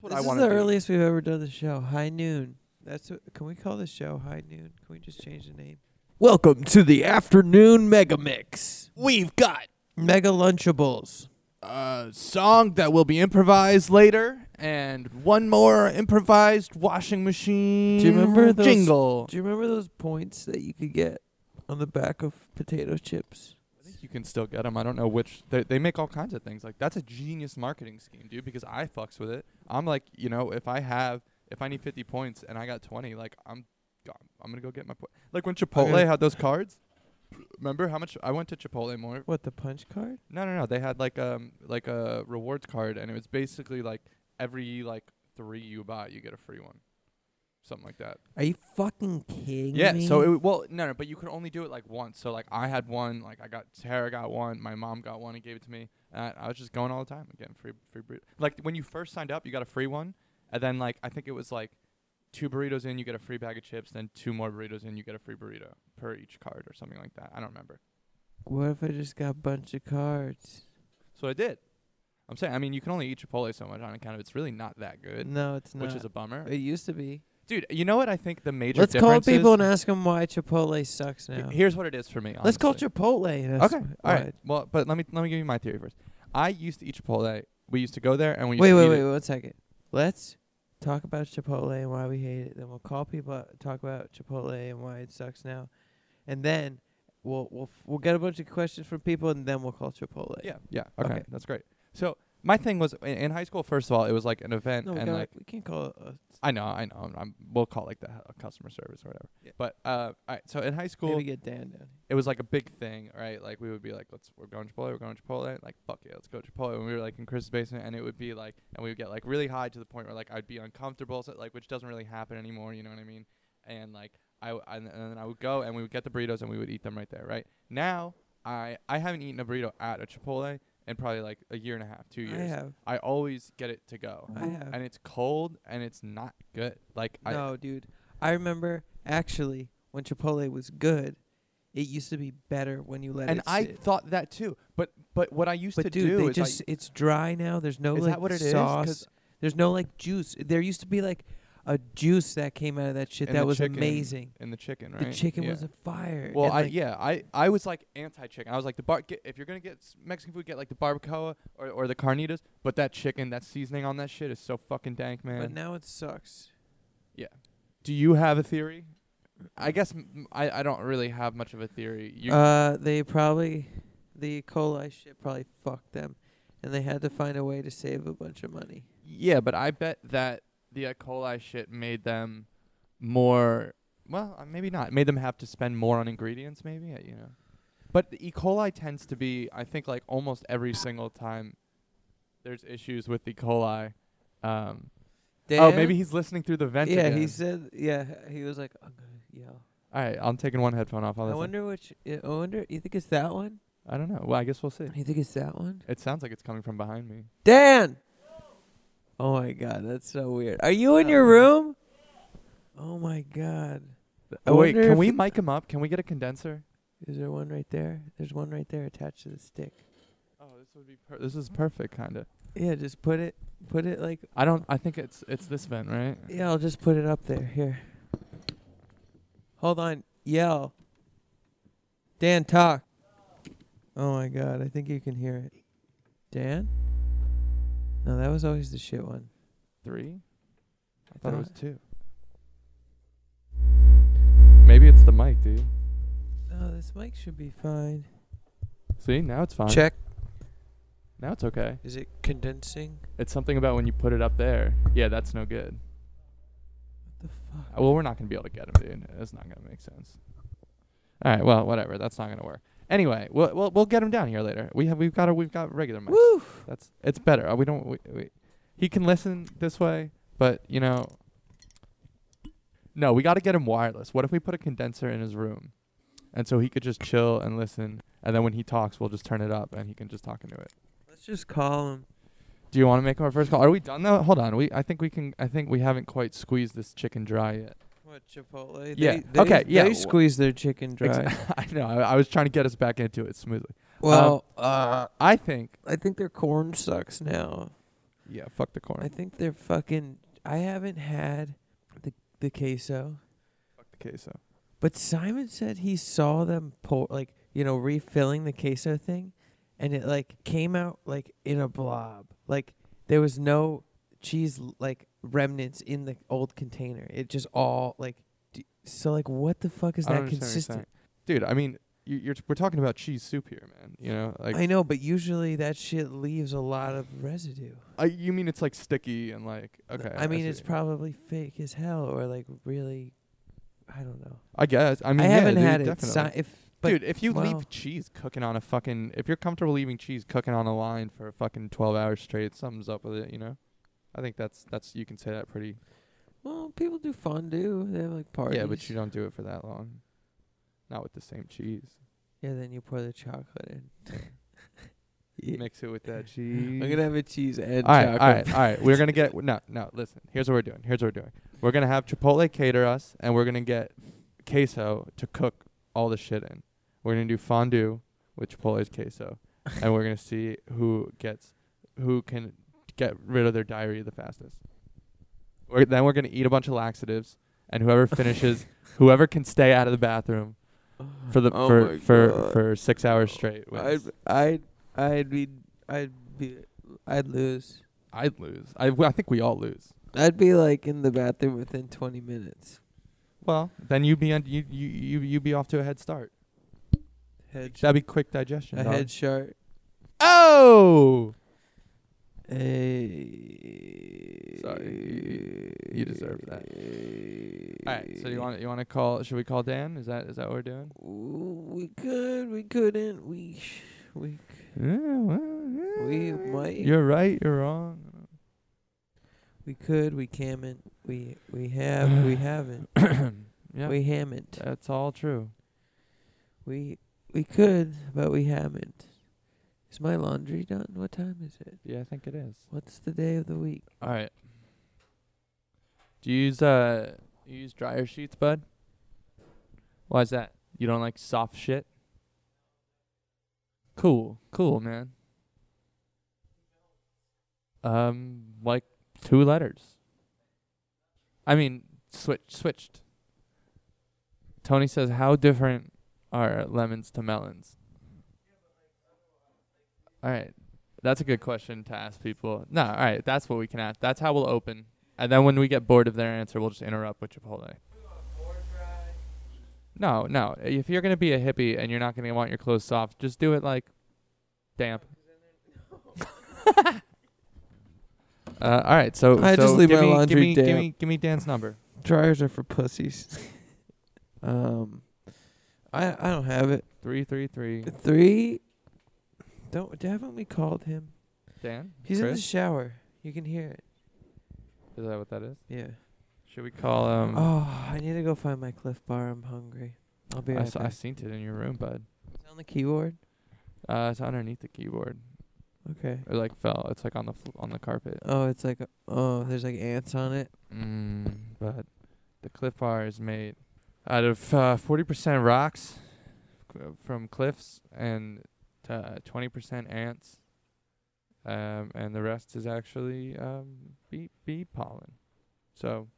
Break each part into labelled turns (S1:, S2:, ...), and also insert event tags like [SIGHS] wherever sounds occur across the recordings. S1: what
S2: this
S1: I
S2: is
S1: want
S2: the
S1: to do.
S2: earliest we've ever done the show. High noon. That's what, can we call this show High Noon? Can we just change the name?
S3: Welcome to the afternoon mega mix.
S1: We've got
S2: Mega Lunchables.
S1: a song that will be improvised later, and one more improvised washing machine.
S2: remember those-
S1: jingle?
S2: Do you remember those points that you could get on the back of potato chips?
S1: I think you can still get them. I don't know which. They, they make all kinds of things. Like that's a genius marketing scheme, dude. Because I fucks with it. I'm like, you know, if I have, if I need 50 points and I got 20, like I'm, go- I'm gonna go get my point. Like when Chipotle
S2: Okay.
S1: had those cards. Remember how much I went to Chipotle more?
S2: What the punch card?
S1: No, no, no. They had like um like a rewards card, and it was basically like every like three you buy, you get a free one, something like that.
S2: Are you fucking kidding
S1: Yeah.
S2: me?
S1: So it w- well, no, no, but you could only do it like once. So like I had one, like I got Tara got one, my mom got one and gave it to me. And I was just going all the time and getting free free burrito. Like when you first signed up, you got a free one, and then like I think it was like two burritos in, you get a free bag of chips. Then two more burritos in, you get a free burrito per each card or something like that. I don't remember.
S2: what if I just got a bunch of cards?
S1: So I did. I'm saying, I mean, you can only eat Chipotle so much on account of it's really not that good,
S2: No, it's not.
S1: which is a bummer.
S2: it used to be.
S1: Dude, you know what I think the major
S2: Let's call
S1: difference
S2: people and
S1: is?
S2: ask them why Chipotle sucks now.
S1: H- Here's what it is for me.
S2: Let's call
S1: honestly.
S2: Chipotle. And ask
S1: okay.
S2: wh-
S1: All
S2: why.
S1: right. Well, but let me let me give you my theory first. I used to eat Chipotle. We used to go there and we used
S2: Wait,
S1: to
S2: wait,
S1: eat
S2: wait,
S1: it.
S2: one second. Let's talk about Chipotle and why we hate it. Then we'll call people, out- talk about Chipotle and why it sucks now, and then we'll we'll f- we'll get a bunch of questions from people, and then we'll call Chipotle.
S1: Yeah. Yeah. Okay.
S2: Okay.
S1: That's great. So my thing was in, in high school. First of all, it was like an event
S2: No, we,
S1: and
S2: gotta,
S1: like
S2: we can't call uh, it. A,
S1: I know, I know. I'm, I'm, we'll call like the h- customer service or whatever.
S2: Yeah.
S1: But uh, all right. So in high school,
S2: Maybe get Dan down.
S1: it was like a big thing, right? Like we would be like, let's we're going to Chipotle, we're going to Chipotle, like fuck it, let's go to Chipotle. And we were like in Chris's basement, and it would be like, and we would get like really high to the point where like I'd be uncomfortable, so, like which doesn't really happen anymore, you know what I mean? And like I w- and, and then I would go and we would get the burritos and we would eat them right there, right? Now I I haven't eaten a burrito at a Chipotle in probably like a year and a half, two
S2: I
S1: years.
S2: have.
S1: I always get it to go,
S2: I have.
S1: and it's cold and it's not good. Like I
S2: no, dude. I remember actually when Chipotle was good, it used to be better when you let
S1: and
S2: it
S1: I
S2: sit.
S1: thought that too, but but what I used to
S2: but dude,
S1: do
S2: they
S1: is I-
S2: just it's dry now. There's no
S1: Is
S2: like
S1: that what it is? 'Cause-
S2: sauce. There's no like juice. There used to be like a juice that came out of that shit
S1: And
S2: that
S1: the
S2: was
S1: chicken-
S2: amazing.
S1: and the chicken, right?
S2: The chicken
S1: Yeah.
S2: was a fire.
S1: Well,
S2: and,
S1: I
S2: like,
S1: yeah, I I was like anti-chicken. I was like the bar. Get, if you're gonna get s- Mexican food, get like the barbacoa or or the carnitas. But that chicken, that seasoning on that shit is so fucking dank, man.
S2: But now it sucks.
S1: Do you have a theory? I guess m- m- I I don't really have much of a theory. You,
S2: Uh, they probably the E. coli shit probably fucked them, and they had to find a way to save a bunch of money.
S1: yeah, but I bet that the E. coli shit made them more. Well, uh, maybe not. Made them have to spend more on ingredients, maybe. uh, You know. But the E. coli tends to be, I think, like almost every single time there's issues with E. coli. Um, Oh, maybe he's listening through the vent.
S2: Yeah,
S1: again.
S2: he said. Yeah, he was like, I'm gonna yell.
S1: All right, I'm taking one headphone off. I'll
S2: I
S1: listen.
S2: wonder which. I wonder. You think it's that one?
S1: I don't know. Well, I guess we'll see.
S2: You think it's that one?
S1: It sounds like it's coming from behind me.
S2: Dan. Oh my god, that's so weird. Are you in your room? Oh my god. I
S1: Oh, wait,
S2: wonder
S1: can
S2: if-
S1: we mic him up? Can we get a condenser?
S2: Is there one right there? There's one right there attached to the stick.
S1: Oh, this would be per- this is perfect, kind of.
S2: Yeah, just put it put it like
S1: I don't. I think it's it's this vent, right?
S2: Yeah, I'll just put it up there. Here. Hold on. Yell. Dan talk. Oh my god, I think you can hear it. Dan? No, that was always the shit one.
S1: Three. I thought it was
S2: Thought-
S1: two. Maybe it's the mic, dude.
S2: No, this mic should be fine.
S1: See, now it's fine.
S2: Check.
S1: Now it's okay.
S2: Is it condensing?
S1: It's something about when you put it up there. Yeah, that's no good.
S2: What the fuck?
S1: Uh, Well, we're not gonna be able to get him, dude. That's not gonna make sense. All right. Well, whatever. That's not gonna work. Anyway, we'll we'll, we'll get him down here later. We have we've got a, we've got regular mics.
S2: Woo!
S1: That's it's better. Uh, We don't. We, we, he can listen this way, but you know. No, we got to get him wireless. What if we put a condenser in his room, and so he could just chill and listen, and then when he talks, we'll just turn it up and he can just talk into it.
S2: Let's just call him.
S1: Do you want to make him our first call? Are we done though? Hold on. We I think we can. I think we haven't quite squeezed this chicken dry yet.
S2: What Chipotle? They,
S1: Yeah,
S2: They,
S1: okay, yeah,
S2: They
S1: wh-
S2: squeeze their chicken dry. Um,
S1: Ex- [LAUGHS] I know. I, I was trying to get us back into it smoothly.
S2: Well,
S1: I think
S2: I think their corn sucks now.
S1: Yeah, fuck the corn.
S2: I think they're fucking. I haven't had the the queso,
S1: fuck the queso.
S2: but Simon said he saw them pour like you know refilling the queso thing, and it like came out like in a blob. Like there was no cheese l- like remnants in the old container. It just all like. d So like, what the fuck is
S1: I don't
S2: that
S1: understand what you're saying.
S2: consistent?
S1: Dude, I mean, you, you're we're talking about cheese soup here, man. You know, like
S2: I know, but usually that shit leaves a lot of residue.
S1: I, you mean it's like sticky and like okay.
S2: I mean,
S1: see.
S2: it's probably fake as hell, or like really, I don't know.
S1: I guess. I mean,
S2: I
S1: yeah,
S2: haven't
S1: dude,
S2: had it.
S1: Definitely.
S2: Si- if but
S1: dude, if you
S2: wow.
S1: leave cheese cooking on a fucking, if you're comfortable leaving cheese cooking on a line for fucking 12 hours straight, something's up with it, you know. I think that's that's you can say that pretty.
S2: well, people do fondue. They have like parties.
S1: Yeah, but you don't do it for that long. Not with the same cheese.
S2: Yeah, then you pour the chocolate in. [LAUGHS] Yeah.
S1: Mix it with that cheese.
S2: I'm gonna have a cheese and
S1: all right,
S2: chocolate.
S1: all right, all right. We're gonna get no, no. Listen, here's what we're doing. Here's what we're doing. We're gonna have Chipotle cater us, and we're gonna get queso to cook all the shit in. We're gonna do fondue with Chipotle's
S2: [LAUGHS]
S1: queso, and we're gonna see who gets who can get rid of their diarrhea the fastest. We're, then we're gonna eat a bunch of laxatives, and whoever
S2: [LAUGHS]
S1: finishes, whoever can stay out of the bathroom for the
S2: Oh
S1: for
S2: my
S1: for,
S2: God.
S1: for six hours straight.
S2: [LAUGHS]
S1: wins.
S2: I'd, I'd, I'd be, I'd be, I'd lose.
S1: I'd lose. I I think we all lose.
S2: I'd be like in the bathroom within 20 minutes.
S1: Well, then you'd be on, you you you you'd be off to a head start.
S2: Head, sh-
S1: That'd be quick digestion.
S2: a
S1: dog.
S2: head shark.
S1: oh,
S2: Eh, Hey.
S1: Sorry, you deserve that.
S2: All
S1: All right. So you want you want to call? Should we call Dan? Is that is that what we're doing?
S2: We could, we couldn't, we, sh- we, c- We might-
S1: You're right. You're wrong.
S2: we could, we can't, we, we have,
S1: [SIGHS]
S2: we haven't,
S1: yeah,
S2: we haven't,
S1: that's all true.
S2: we, we could, but we haven't. Is my laundry done? What time is it?
S1: Yeah, I think it is.
S2: What's the day of the week?
S1: All right. Do you use uh you use dryer sheets, bud? Why is that? You don't like soft shit? Cool, cool, man. Um, like two letters. I mean, switch switched. Tony says, "How different are lemons to melons?" All right, that's a good question to ask people. No, all right, that's what we can ask. That's how we'll open, and then when we get bored of their answer, we'll just interrupt with Chipotle. No, no. If you're gonna be a hippie and you're not gonna want your clothes soft, just do it like damp. [LAUGHS] uh, all right, so
S2: I
S1: so
S2: just leave
S1: give
S2: my
S1: me,
S2: laundry
S1: give me, Give
S2: damp.
S1: me, give me Dan's number.
S2: Dryers are for
S1: [LAUGHS]
S2: pussies. um, I, I don't have it.
S1: Three three three.
S2: Three, don't, haven't we called him?
S1: Dan.
S2: He's in the
S1: Chris?
S2: shower. You can hear it.
S1: Is that what that is?
S2: Yeah.
S1: Should we call um?
S2: Oh, I need to go find my Cliff Bar. I'm hungry. I'll be
S1: I,
S2: right
S1: s- I
S2: back.
S1: seen it in your room, bud.
S2: Is it on the keyboard?
S1: Uh, it's underneath the keyboard.
S2: Okay.
S1: It like fell. It's like on the fl- on the carpet.
S2: Oh, it's like a- oh, there's like ants on it.
S1: Mm, but the cliff bar is made out of uh, 40% rocks c- from cliffs and t- uh, 20% ants. Um, and the rest is actually um, bee, bee pollen. So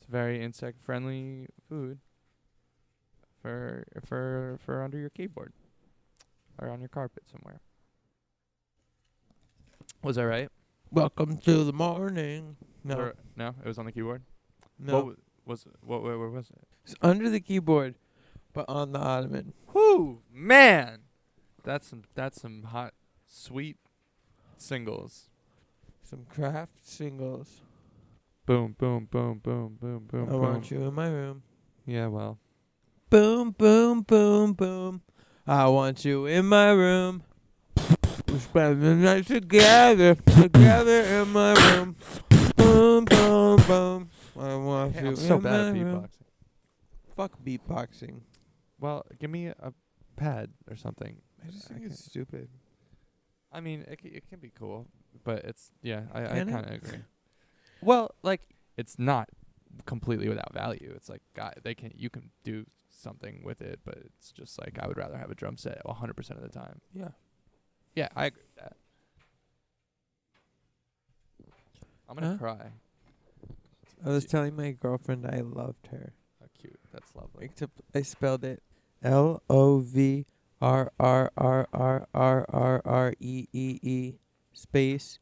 S1: it's very insect friendly food for for for under your keyboard or on your carpet somewhere. Was that right?
S2: Welcome to the morning. No,
S1: Or- no, it was on the keyboard.
S2: no,
S1: What wa- was it? What, where, where was it?
S2: it's under the keyboard, but on the ottoman.
S1: Whoo, man! That's some that's some hot, sweet singles.
S2: Some craft singles.
S1: Boom, boom, boom, boom, boom, boom,
S2: I
S1: boom.
S2: want you in my room.
S1: Yeah, well,
S2: Boom, boom, boom, boom. I want you in my room. We spend the night together, together in my room. Boom, boom, boom. I want
S1: Hey,
S2: you
S1: I'm so
S2: in
S1: bad at
S2: my room.
S1: beatboxing.
S2: Fuck beatboxing.
S1: Well, give me a pad or something.
S2: I just
S1: think
S2: think
S1: it's
S2: it's stupid.
S1: I mean, it c- it can be cool, but it's yeah, I, I
S2: Can
S1: kind
S2: it?
S1: of agree. [LAUGHS] Well, like it's not completely without value. It's like God, they can you can do something with it, but it's just like I would rather have a drum set 100% of the time.
S2: Yeah.
S1: Yeah, I agree with that. I'm gonna
S2: Huh?
S1: cry.
S2: I was telling my girlfriend I loved her.
S1: How cute. That's lovely.
S2: Except I spelled it L O V R R R R R R R E E E space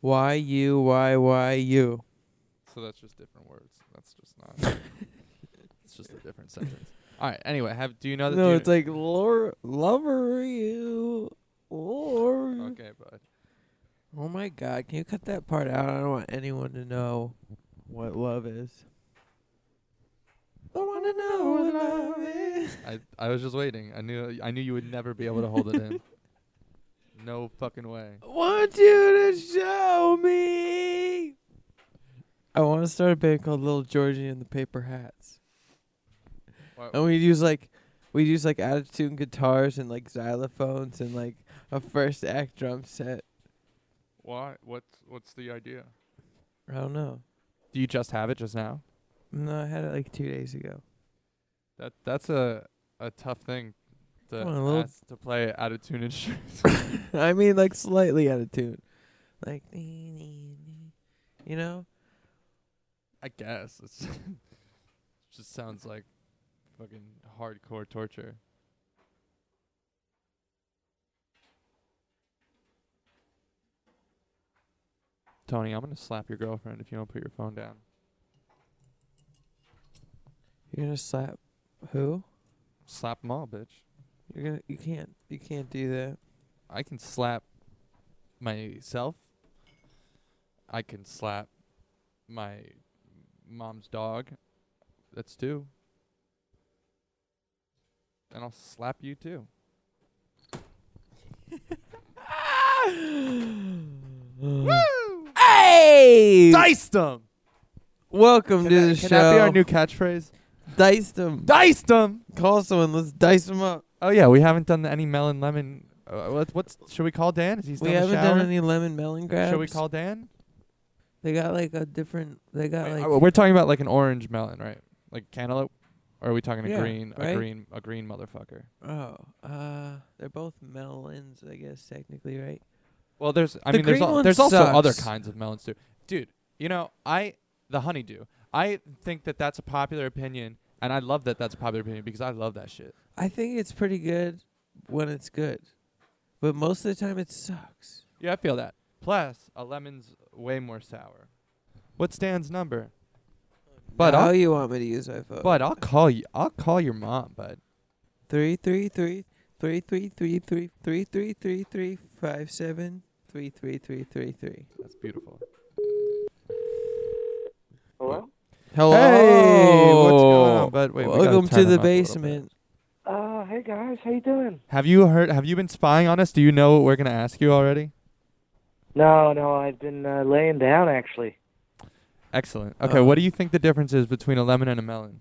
S2: Y U Y Y U.
S1: So that's just different words. That's just not.
S2: [LAUGHS]
S1: it's just a different sentence. All right. Anyway, have do you know that?
S2: [LAUGHS] No,
S1: you,
S2: it's like lor lover you or
S1: Okay, bud.
S2: Oh my god, can you cut that part out? I don't want anyone to know what love is. I wanna know what love is.
S1: I I was just waiting. I knew I knew you would never be able to hold it
S2: [LAUGHS]
S1: in. No fucking way.
S2: Oh. want you to show me. I want to start a band called Little Georgie and the Paper Hats,
S1: Wha-
S2: and we use like we use like out of tune guitars and like xylophones and like a first act drum set.
S1: Why? What's what's the idea?
S2: I don't know.
S1: Do you just have it just now?
S2: No, I had it like two days ago.
S1: That that's a a tough thing to
S2: Come on, a little-
S1: ask to play out of tune instruments.
S2: [LAUGHS] I mean, like slightly out of tune, like you know.
S1: I guess [LAUGHS] it's just sounds like fucking hardcore torture. Tony, I'm gonna slap your girlfriend if you don't put your phone down.
S2: You're gonna slap who?
S1: Slap 'em all, bitch.
S2: You're gonna you can't you can't do that.
S1: I can slap myself. I can slap my mom's dog. That's two. And I'll slap you too. [GASPS] Woo!
S2: Hey!
S1: Diced them.
S2: Welcome
S1: Can,
S2: to
S1: that,
S2: the
S1: can
S2: show.
S1: that be our new catchphrase?
S2: dice them.
S1: Diced them.
S2: Call someone. Let's dice them up.
S1: Oh yeah, we haven't done any melon lemon. Uh, what, what's should we call Dan? Is he still
S2: we
S1: in the
S2: haven't
S1: shower?
S2: done any lemon melon grabs.
S1: should we call Dan?
S2: They got like a different. They got
S1: Wait,
S2: like.
S1: uh, we're talking about like an orange melon, right? Like cantaloupe, or are we talking a
S2: Yeah,
S1: green,
S2: right?
S1: a green, a green motherfucker?
S2: oh, uh, they're both melons, I guess technically, right?
S1: Well, there's, I
S2: The
S1: mean, there's,
S2: green
S1: al-
S2: one
S1: there's also other
S2: sucks.
S1: kinds of melons too, dude. You know, I the honeydew. I think that that's a popular opinion, and I love that that's a popular opinion because I love that shit.
S2: I think it's pretty good when it's good, but most of the time it sucks.
S1: Yeah, I feel that. Plus, a lemon's way more sour. What's Dan's number? But
S2: Uh, now
S1: I'll,
S2: you want me to use my phone?
S1: but I'll call you. I'll call your mom, bud.
S2: three three three three three three three three three three three five seven three three three three three.
S1: That's beautiful.
S4: Hello?
S2: Hello.
S1: Hey, what's going on, bud? Wait, we gotta
S2: Oh. Welcome
S1: turn
S2: to
S1: him
S2: the
S1: up a little bit.
S2: basement.
S4: Uh, hey guys, how you doing?
S1: Have you heard? Have you been spying on us? Do you know what we're gonna ask you already?
S4: No, no, I've been uh, laying down actually.
S1: Excellent. Okay,
S2: Uh,
S1: what do you think the difference is between a lemon and a melon?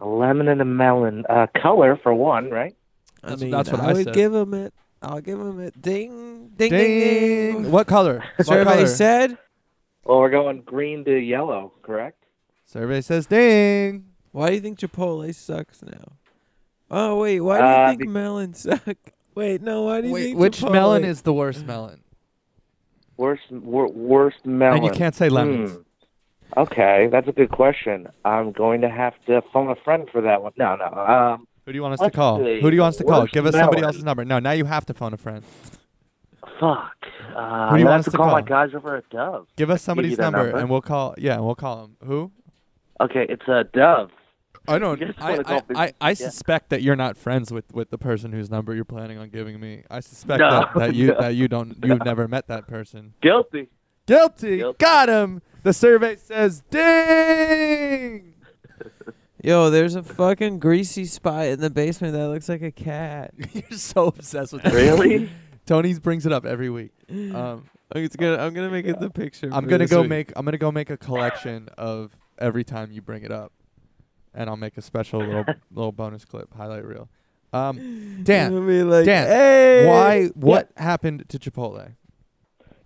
S4: A lemon and a melon. Uh, color for one, right?
S2: I
S1: That's-
S2: mean,
S1: that's what
S2: I
S1: I
S2: would
S1: said.
S2: give him it. I'll give him it. Ding, ding, ding, ding.
S1: What color? What
S2: Survey
S1: color?
S2: said.
S4: Well, we're going green to yellow, correct?
S1: Survey says ding.
S2: Why do you think Chipotle sucks now? Oh wait, why do you
S4: Uh,
S2: think
S4: be-
S2: melons [LAUGHS] suck? Wait, no, why do you think
S1: which
S2: Chipotle-
S1: melon is the worst melon?
S4: Worst, wor- worst melon.
S1: And you can't say lemons.
S4: Hmm. Okay, that's a good question. I'm going to have to phone a friend for that one. No, no. Um,
S1: Who do you want us to
S4: Let's
S1: call?
S4: see.
S1: Who do you want us to call?
S4: Worst
S1: Give us somebody
S4: melon.
S1: else's number. No, now you have to phone a friend. Who
S4: fuck. Uh,
S1: do
S4: I'm
S1: you
S4: gonna
S1: want
S4: have
S1: us
S4: to
S1: to
S4: call, my
S1: call?
S4: guys over at Dove.
S1: Give us
S4: I can give
S1: somebody's
S4: you their
S1: number,
S4: number.
S1: and we'll call. Yeah, we'll call him.
S4: [LAUGHS]
S1: Who?
S4: Okay, it's uh, Dove.
S1: I don't.
S4: You just
S1: I
S4: wanna
S1: I,
S4: call
S1: I, I
S4: business, yeah.
S1: suspect that you're not friends with, with the person whose number you're planning on giving me. I suspect
S4: No,
S1: that, that you
S4: [LAUGHS] no,
S1: that you don't you've never met that person.
S4: Guilty.
S1: Guilty.
S4: Guilty.
S1: Got him. The survey says ding.
S2: Yo, there's a fucking greasy spot in the basement that looks like a cat.
S1: [LAUGHS] You're so obsessed with that.
S4: Really?
S1: Tony's brings it up every
S4: [GASPS]
S1: week. Um,
S2: It's gonna, I'm gonna make it the picture.
S1: I'm
S2: for
S1: gonna
S2: this
S1: go
S2: week.
S1: make I'm gonna go make a collection of every time you bring it up, and I'll make a special
S2: [LAUGHS]
S1: little little bonus clip highlight reel. Um, Dan,
S2: It'll be like,
S1: Dan,
S2: hey!
S1: why? What happened to Chipotle?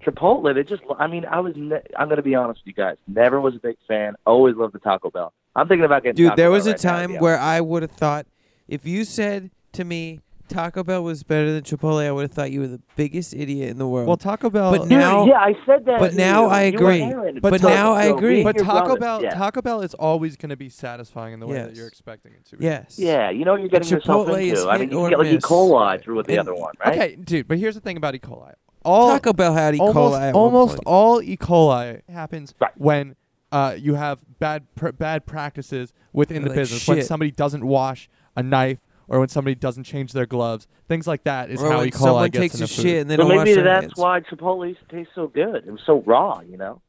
S4: Chipotle, they just, I mean, I was, ne- I'm going to be honest with you guys. Never was a big fan. Always loved the Taco Bell. I'm thinking about getting
S2: Dude,
S4: Taco
S2: there
S4: Bell
S2: was a
S4: right now, to
S2: time
S4: be honest.
S2: where I would have thought if you said to me Taco Bell was better than Chipotle, I would have thought you were the biggest idiot in the world.
S1: Well, Taco Bell.
S2: But now-
S4: yeah, I said that.
S2: but
S4: to
S2: now
S4: you.
S2: I
S4: You were
S2: agree.
S4: Aaron.
S2: But
S4: So-
S2: now I
S4: so
S2: agree.
S4: me and
S1: But
S4: your
S1: Taco
S4: brother-
S1: Bell,
S4: yeah.
S1: Taco Bell is always going to be satisfying in the way that
S2: Yes.
S1: you're expecting it to. be.
S2: yes.
S4: Yeah, you know what you're getting yourself
S2: Chipotle
S4: into.
S2: is
S4: I
S2: hit
S4: mean,
S2: or
S4: you get like E.
S2: miss.
S4: coli through with the
S2: And-
S4: other one, right?
S1: Okay, dude. But here's the thing about E. coli. All
S2: Taco Bell had E.
S1: almost
S2: coli. at one
S1: almost
S2: point.
S1: all E. coli happens
S4: Right.
S1: when uh, you have bad pr- bad practices within the
S2: Like
S1: business. When
S2: shit.
S1: somebody doesn't wash a knife, or when somebody doesn't change their gloves, things like that is
S2: or
S1: how
S2: when
S1: E. coli
S2: someone
S1: gets
S2: takes
S1: into
S2: a
S1: food.
S2: shit and they
S4: So
S2: don't wash
S4: maybe
S2: their
S4: that's
S2: hands.
S4: why Chipotle tastes so good. It was so raw, you know.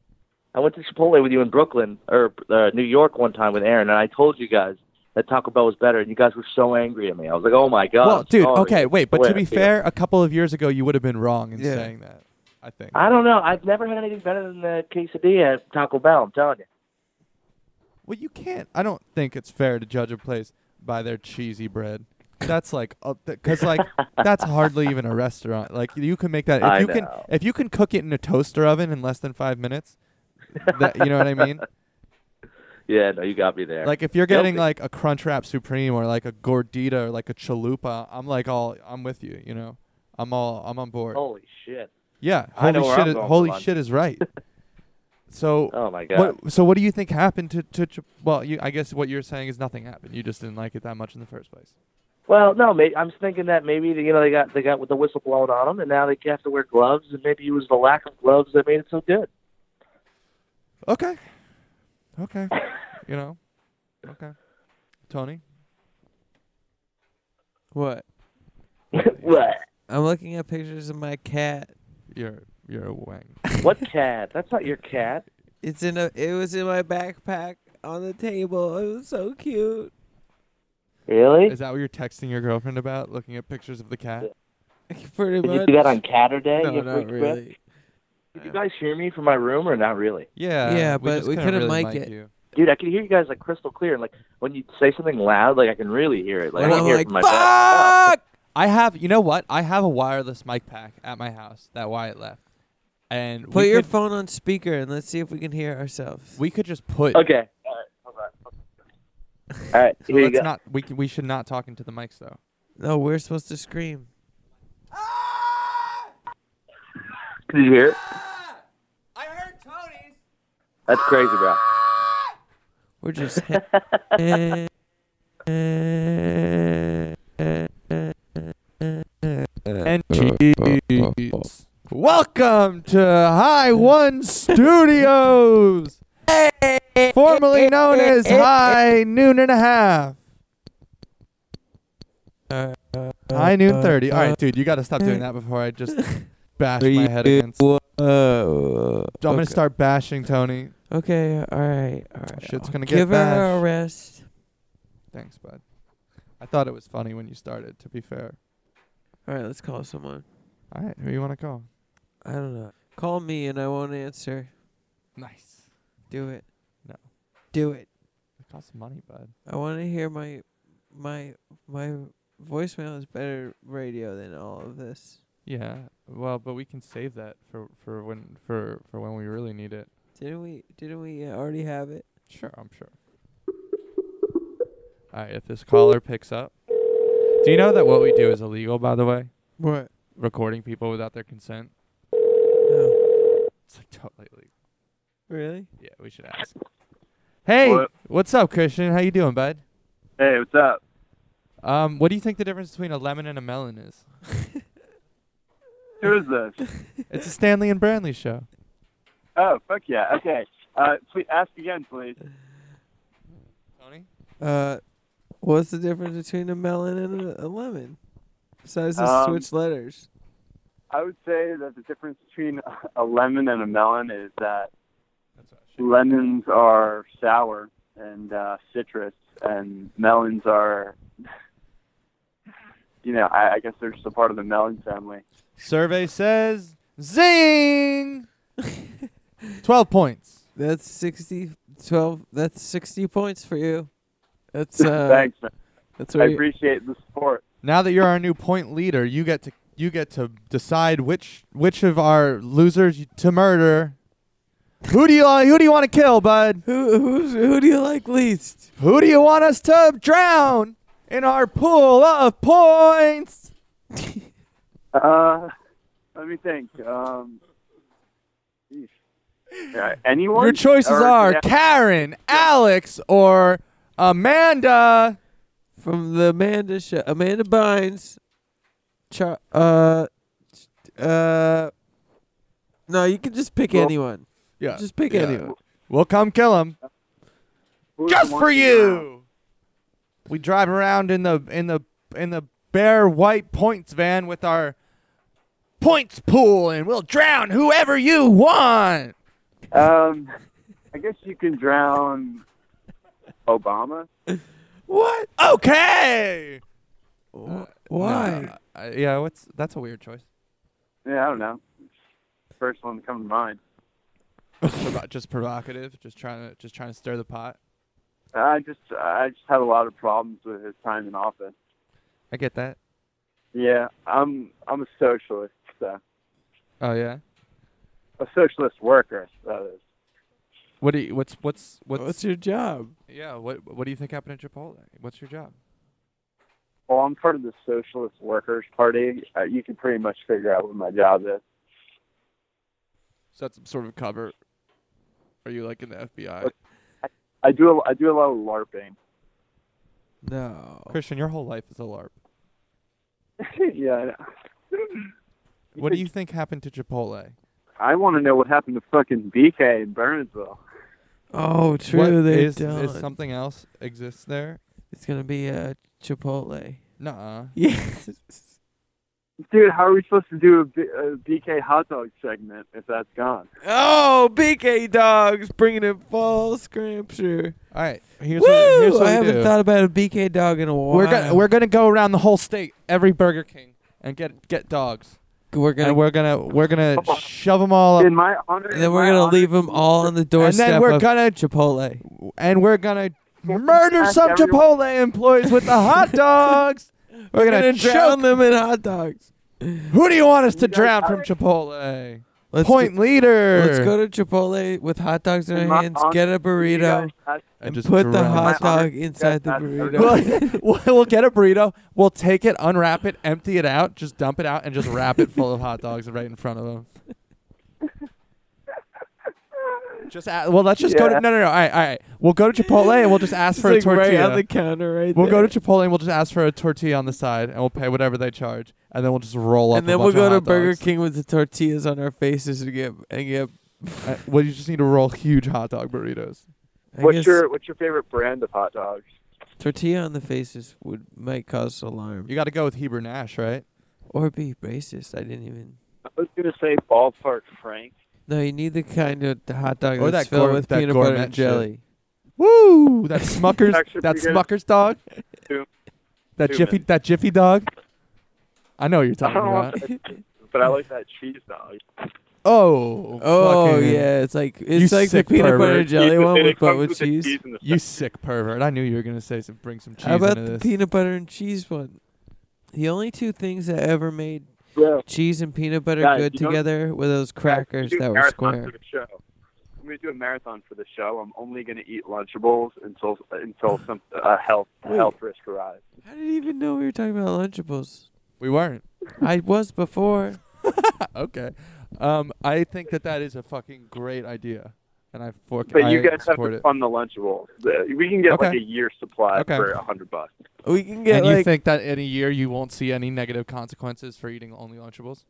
S4: I went to Chipotle with you in Brooklyn or uh, New York one time with Aaron, and I told you guys that Taco Bell was better, and you guys were so angry at me. I was like, "Oh my god!"
S1: Well,
S4: I'm
S1: dude.
S4: sorry.
S1: Okay, wait. But
S4: Wait,
S1: to be
S4: I feel-
S1: fair, a couple of years ago, you would have been wrong in
S2: Yeah.
S1: saying that. I think.
S4: I don't know. I've never had anything better than the quesadilla at Taco Bell. I'm telling you.
S1: Well, you can't. I don't think it's fair to judge a place by their cheesy bread. That's like, because like that's hardly even a restaurant. Like you can make that if
S4: I
S1: you can
S4: know.
S1: if you can cook it in a toaster oven in less than five minutes. That, you know what I
S4: [LAUGHS]
S1: mean?
S4: Yeah, no, you got me there.
S1: Like if you're getting like
S4: Guilty.
S1: a Crunchwrap Supreme or like a gordita or like a chalupa, I'm like all I'm with you. You know, I'm all I'm on board.
S4: holy shit!
S1: yeah,
S4: Oh, I know
S1: holy
S4: where
S1: shit!
S4: I'm
S1: is-
S4: going for
S1: holy
S4: lunch.
S1: shit is
S4: [LAUGHS]
S1: right. so
S4: Oh my god.
S1: What, so what do you think happened to, to Chip- well you I guess what you're saying is nothing happened you just didn't like it that much in the first place
S4: Well, no, may I'm thinking that maybe you know they got they got with the whistle blown on them, and now they have to wear gloves, and maybe it was the lack of gloves that made it so good. [LAUGHS]
S1: okay okay you know okay Tony
S2: What?
S4: what?
S2: I'm looking at pictures of my cat.
S1: you're you're a wang
S4: What cat? That's not your cat.
S2: It's in a. It was in my backpack on the table. It was so cute. [LAUGHS]
S4: Really?
S1: is that what you're texting your girlfriend about looking at pictures of the cat
S2: Pretty
S4: Did
S2: much.
S4: you do that on Catter Day?
S2: no,
S4: you
S2: not
S4: freak
S2: really.
S4: wreck? Did you guys hear me from my room or not really?
S1: yeah
S2: Yeah, but
S1: just
S2: we
S1: couldn't
S2: couldn't
S1: really
S2: mic it.
S1: you.
S4: Dude, I can hear you guys like crystal clear. And like when you say something loud, like I can really hear it. Like
S2: and
S4: I can
S2: I'm
S4: hear
S2: like,
S4: it from my bed.
S2: fuck.
S1: I have you know what I have a wireless mic pack at my house that Wyatt left and
S2: Put
S1: we
S2: your
S1: could,
S2: phone on speaker and let's see if we can hear ourselves.
S1: we could just put
S4: Okay. All right. Hold on. All right.
S1: so
S4: Here you
S1: let's
S4: go.
S1: not we can, we should not talk into the mics though
S2: No, we're supposed to scream.
S4: Ah! Did you hear it?
S1: I heard Tony's
S4: That's crazy, bro.
S2: We're
S4: [LAUGHS]
S2: just. [LAUGHS] Eh, eh, eh, eh, eh, eh.
S1: and cheese. Welcome to High One Studios, formerly known
S2: [LAUGHS]
S1: as High Noon and a Half.
S2: Uh,
S1: High Noon 30. All right, dude, you got to stop doing that before I just
S2: uh. [LAUGHS]
S1: bash my head against. I'm
S2: Whoa.
S1: going to start bashing Tony.
S2: Okay, all right, all right.
S1: Shit's
S2: I'll
S1: gonna get
S2: give her
S1: bashed.
S2: a rest.
S1: Thanks, bud. I thought it was funny when you started, to be fair.
S2: All right, let's call someone.
S1: All right, who you want to call?
S2: I don't know. Call me and I won't answer.
S1: Nice.
S2: Do it.
S1: No.
S2: Do it.
S1: It costs money, bud.
S2: I want to hear my my my voicemail is better radio than all of this.
S1: Yeah. Well, but we can save that for for when for for when we really need it.
S2: Didn't we didn't we already have it?
S1: Sure, I'm sure. All right, if this caller picks up. Do you know that what we do is illegal, by the way?
S2: What?
S1: Recording people without their consent? It's like totally illegal.
S2: Oh.
S1: [LAUGHS]
S2: Really?
S1: Yeah, we should ask. Hey,
S5: What?
S1: what's up, Christian? How you doing, bud?
S5: Hey, what's up?
S1: Um, what do you think the difference between a lemon and a melon is?
S5: Who is this?
S1: It's a Stanley and Branley show.
S5: Oh, fuck yeah. Okay. Uh, please ask again, please.
S1: Tony?
S2: Uh, what's the difference between a melon and a, a lemon? Besides the
S5: Um,
S2: switch letters.
S5: I would say that the difference between a lemon and a melon is that
S1: That's what I should-
S5: lemons are sour and uh, citrus, and melons are, [LAUGHS] you know, I, I guess they're just a part of the melon family.
S1: Survey says zing. 12 points.
S2: That's 60 12 that's 60 points for you.
S5: [LAUGHS]
S2: That's uh
S5: Thanks, man.
S2: that's
S5: I
S2: where you-
S5: appreciate the support.
S1: Now that you're our new point leader, you get to you get to decide which which of our losers you- to murder. Who do you who do you want to kill, bud?
S2: [LAUGHS] Who who's, who do you like least?
S1: Who do you want us to drown in our pool of points?
S5: Uh, let me think. Um, geez. Uh, anyone?
S1: Your choices
S5: Or-
S1: are
S5: yeah,
S1: Karen, Alex, or Amanda.
S2: From the Amanda show, Amanda Bynes. Char- uh, uh, no, you can just pick
S5: Well,
S2: anyone.
S1: Yeah.
S2: Just pick
S1: yeah.
S2: anyone.
S1: We'll come kill him
S5: who's
S1: just
S5: the
S1: for
S5: one who's around?
S1: you. We drive around in the in the in the bare white points van with our points pool, and we'll drown whoever you want.
S5: Um, I guess you can drown Obama.
S1: What? Okay.
S2: Wh- Why?
S1: Uh, uh, yeah. What's that's a weird choice.
S5: Yeah, I don't know. First one to come to mind.
S1: Provo- just provocative. Just trying to just trying to stir the pot.
S5: I just, I just had a lot of problems with his time in office.
S1: I get that.
S5: Yeah, I'm, I'm a socialist. So.
S1: Oh yeah.
S5: A socialist worker. That is.
S1: What do you, what's what's what's,
S2: What's your job?
S1: yeah what what do you think happened at Chipotle? What's your job?
S5: Well, Oh, I'm part of the Socialist Workers Party. Uh, you can pretty much figure out what my job is.
S1: So that's sort of cover. Are you like in the FBI?
S5: What- I do, a, I do a lot of LARPing. [LAUGHS]
S2: No.
S1: Christian, your whole life is a LARP.
S5: yeah. I know.
S1: What do you think happened to Chipotle?
S5: I want to know what happened to fucking BK in Burnsville.
S2: Oh,
S1: What
S2: true. They
S1: is,
S2: don't.
S1: is something else exists there?
S2: it's gonna be a Chipotle.
S1: Nuh-uh.
S2: [LAUGHS] Yes.
S5: Dude, how are we supposed to do a, B- a BK hot dog segment if that's gone?
S2: Oh, BK Dogs bringing it full scripture.
S1: All right, here's
S2: Woo!
S1: what, here's what
S2: I
S1: we
S2: haven't
S1: do.
S2: thought about a BK dog in a while.
S1: We're gonna we're gonna go around the whole state, every Burger King, and get get dogs,
S2: we're gonna
S1: and we're gonna we're gonna shove them all up,
S5: In my honor,
S2: and [LAUGHS] then we're gonna leave them all on the
S1: and
S2: doorstep
S1: then we're
S2: of
S1: gonna
S2: Chipotle.
S1: and we're gonna murder some
S5: Everyone-
S1: Chipotle employees with the
S2: [LAUGHS]
S1: hot dogs. We're gonna, choke.
S2: drown them in hot dogs.
S1: Who do you want us to drown from Chipotle?
S2: Let's
S1: Point
S2: Go,
S1: leader.
S2: let's go to Chipotle with hot dogs in
S5: In
S2: our
S5: my
S2: hands.
S5: honor,
S2: Get a burrito
S1: and
S2: and
S1: just
S2: put the
S1: drown.
S2: hot
S5: My honor,
S2: dog inside the [LAUGHS]
S5: that's-
S1: We'll,
S2: burrito.
S1: [LAUGHS] we'll- we'll get a burrito. We'll take it, unwrap it, empty it out, just dump it out, and just wrap it full of hot dogs right in front of them. Just a well, let's just go to
S5: Yeah.
S1: no, no, no. All right, all right. We'll go to Chipotle and we'll just ask
S2: It's
S1: for
S2: like
S1: a
S2: right
S1: tortilla.
S2: on the counter, right
S1: we'll
S2: there.
S1: go
S2: [LAUGHS]
S1: to Chipotle and we'll just ask for a tortilla on the side, and we'll pay whatever they charge, and then we'll just roll up.
S2: and then
S1: a
S2: we'll
S1: bunch
S2: go
S1: of
S2: to
S1: hot
S2: Burger
S1: dogs.
S2: King with the tortillas on our faces and get and get.
S1: Uh, well, you just need to roll [LAUGHS] huge hot dog burritos.
S2: I
S5: What's
S2: guess
S5: your what's your favorite brand of hot dogs?
S2: tortilla on the faces would might cause alarm
S1: You got to go with Heber Nash, right?
S2: or be racist. I didn't even.
S5: I was gonna say ballpark Frank. [LAUGHS]
S2: No, you need the kind of the hot dog
S1: Or
S2: that's
S1: that
S2: filled
S1: gour-
S2: with
S1: that
S2: peanut butter
S1: gourmet
S2: and jelly.
S1: Woo! That Smucker's,
S5: Actually
S1: that
S5: pretty good.
S1: Smucker's dog,
S5: Two-
S1: that
S5: two
S1: Jiffy,
S5: minutes. Oh.
S1: that Jiffy dog. I know what you're
S5: I
S1: talking
S5: don't [LAUGHS]
S1: about.
S5: want that, but I like that cheese dog.
S1: Oh,
S2: Oh
S1: fucking-
S2: yeah, it's like it's like the
S1: sick
S2: peanut butter
S1: pervert.
S2: and [LAUGHS] jelly one,
S5: [LAUGHS] It
S2: with, but
S5: comes
S2: with
S5: the
S2: cheese.
S5: and the
S1: You sick pervert! I knew you were gonna say some, bring some cheese
S2: How about
S1: into
S2: the
S1: this.
S2: peanut butter and cheese one? The only two things that ever made
S5: Yeah.
S2: cheese and peanut butter
S5: Guys,
S2: good
S5: you don't-
S2: together were those crackers
S5: do
S2: that were
S5: marathon
S2: square.
S5: For the show. I'm gonna do a marathon for the show. I'm only gonna eat Lunchables until until some uh, health
S2: Wait.
S5: health risk arrives.
S2: I didn't even know we were talking about Lunchables.
S1: we weren't. Ah,
S2: I was before.
S1: Okay. Um, I think that that is a fucking great idea, and I fork.
S5: But
S1: I
S5: you guys have
S1: support
S5: to
S1: it.
S5: fund the Lunchables. Uh, We can get like
S1: Okay.
S5: a year's supply
S1: Okay.
S5: for a hundred bucks.
S2: We can get
S1: and
S2: like
S1: you think that in a year you won't see any negative consequences for eating only Lunchables?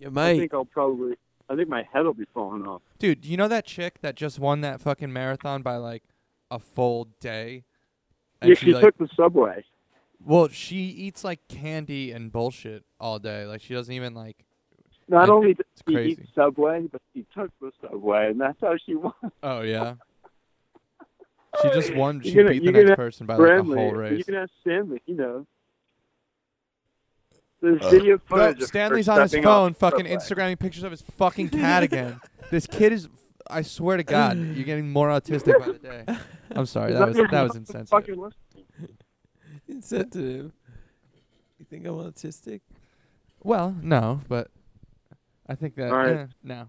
S2: you
S5: I
S2: might.
S5: think I'll probably. I think my head will be falling off.
S1: Dude, you know that chick that just won that fucking marathon by like a full day? And
S5: Yeah,
S1: she,
S5: she
S1: like,
S5: took the subway.
S1: well, she eats like candy and bullshit all day. Like she doesn't even like.
S5: Not
S1: I-
S5: only did
S1: it's
S5: she
S1: crazy.
S5: eat subway, but she took the subway, and that's how she won.
S1: Oh yeah. [LAUGHS] She just won.
S5: You're
S1: She
S5: gonna-
S1: beat the
S5: you're
S1: next
S5: gonna-
S1: person by like a
S5: Bradley,
S1: whole
S5: you
S1: race.
S5: can ask Stanley. He knows. There's video
S1: No,
S5: footage. of her
S1: Stanley's on his
S5: stepping off
S1: phone,
S5: the
S1: fucking
S5: subway.
S1: Instagramming pictures of his fucking cat again. this kid is. I swear to God, you're getting more autistic by the [LAUGHS] day. I'm sorry, that was that was insensitive.
S5: Fucking listen.
S2: [LAUGHS] insensitive. You think I'm autistic?
S1: Well, no, but I think that
S5: All right.
S1: eh, no.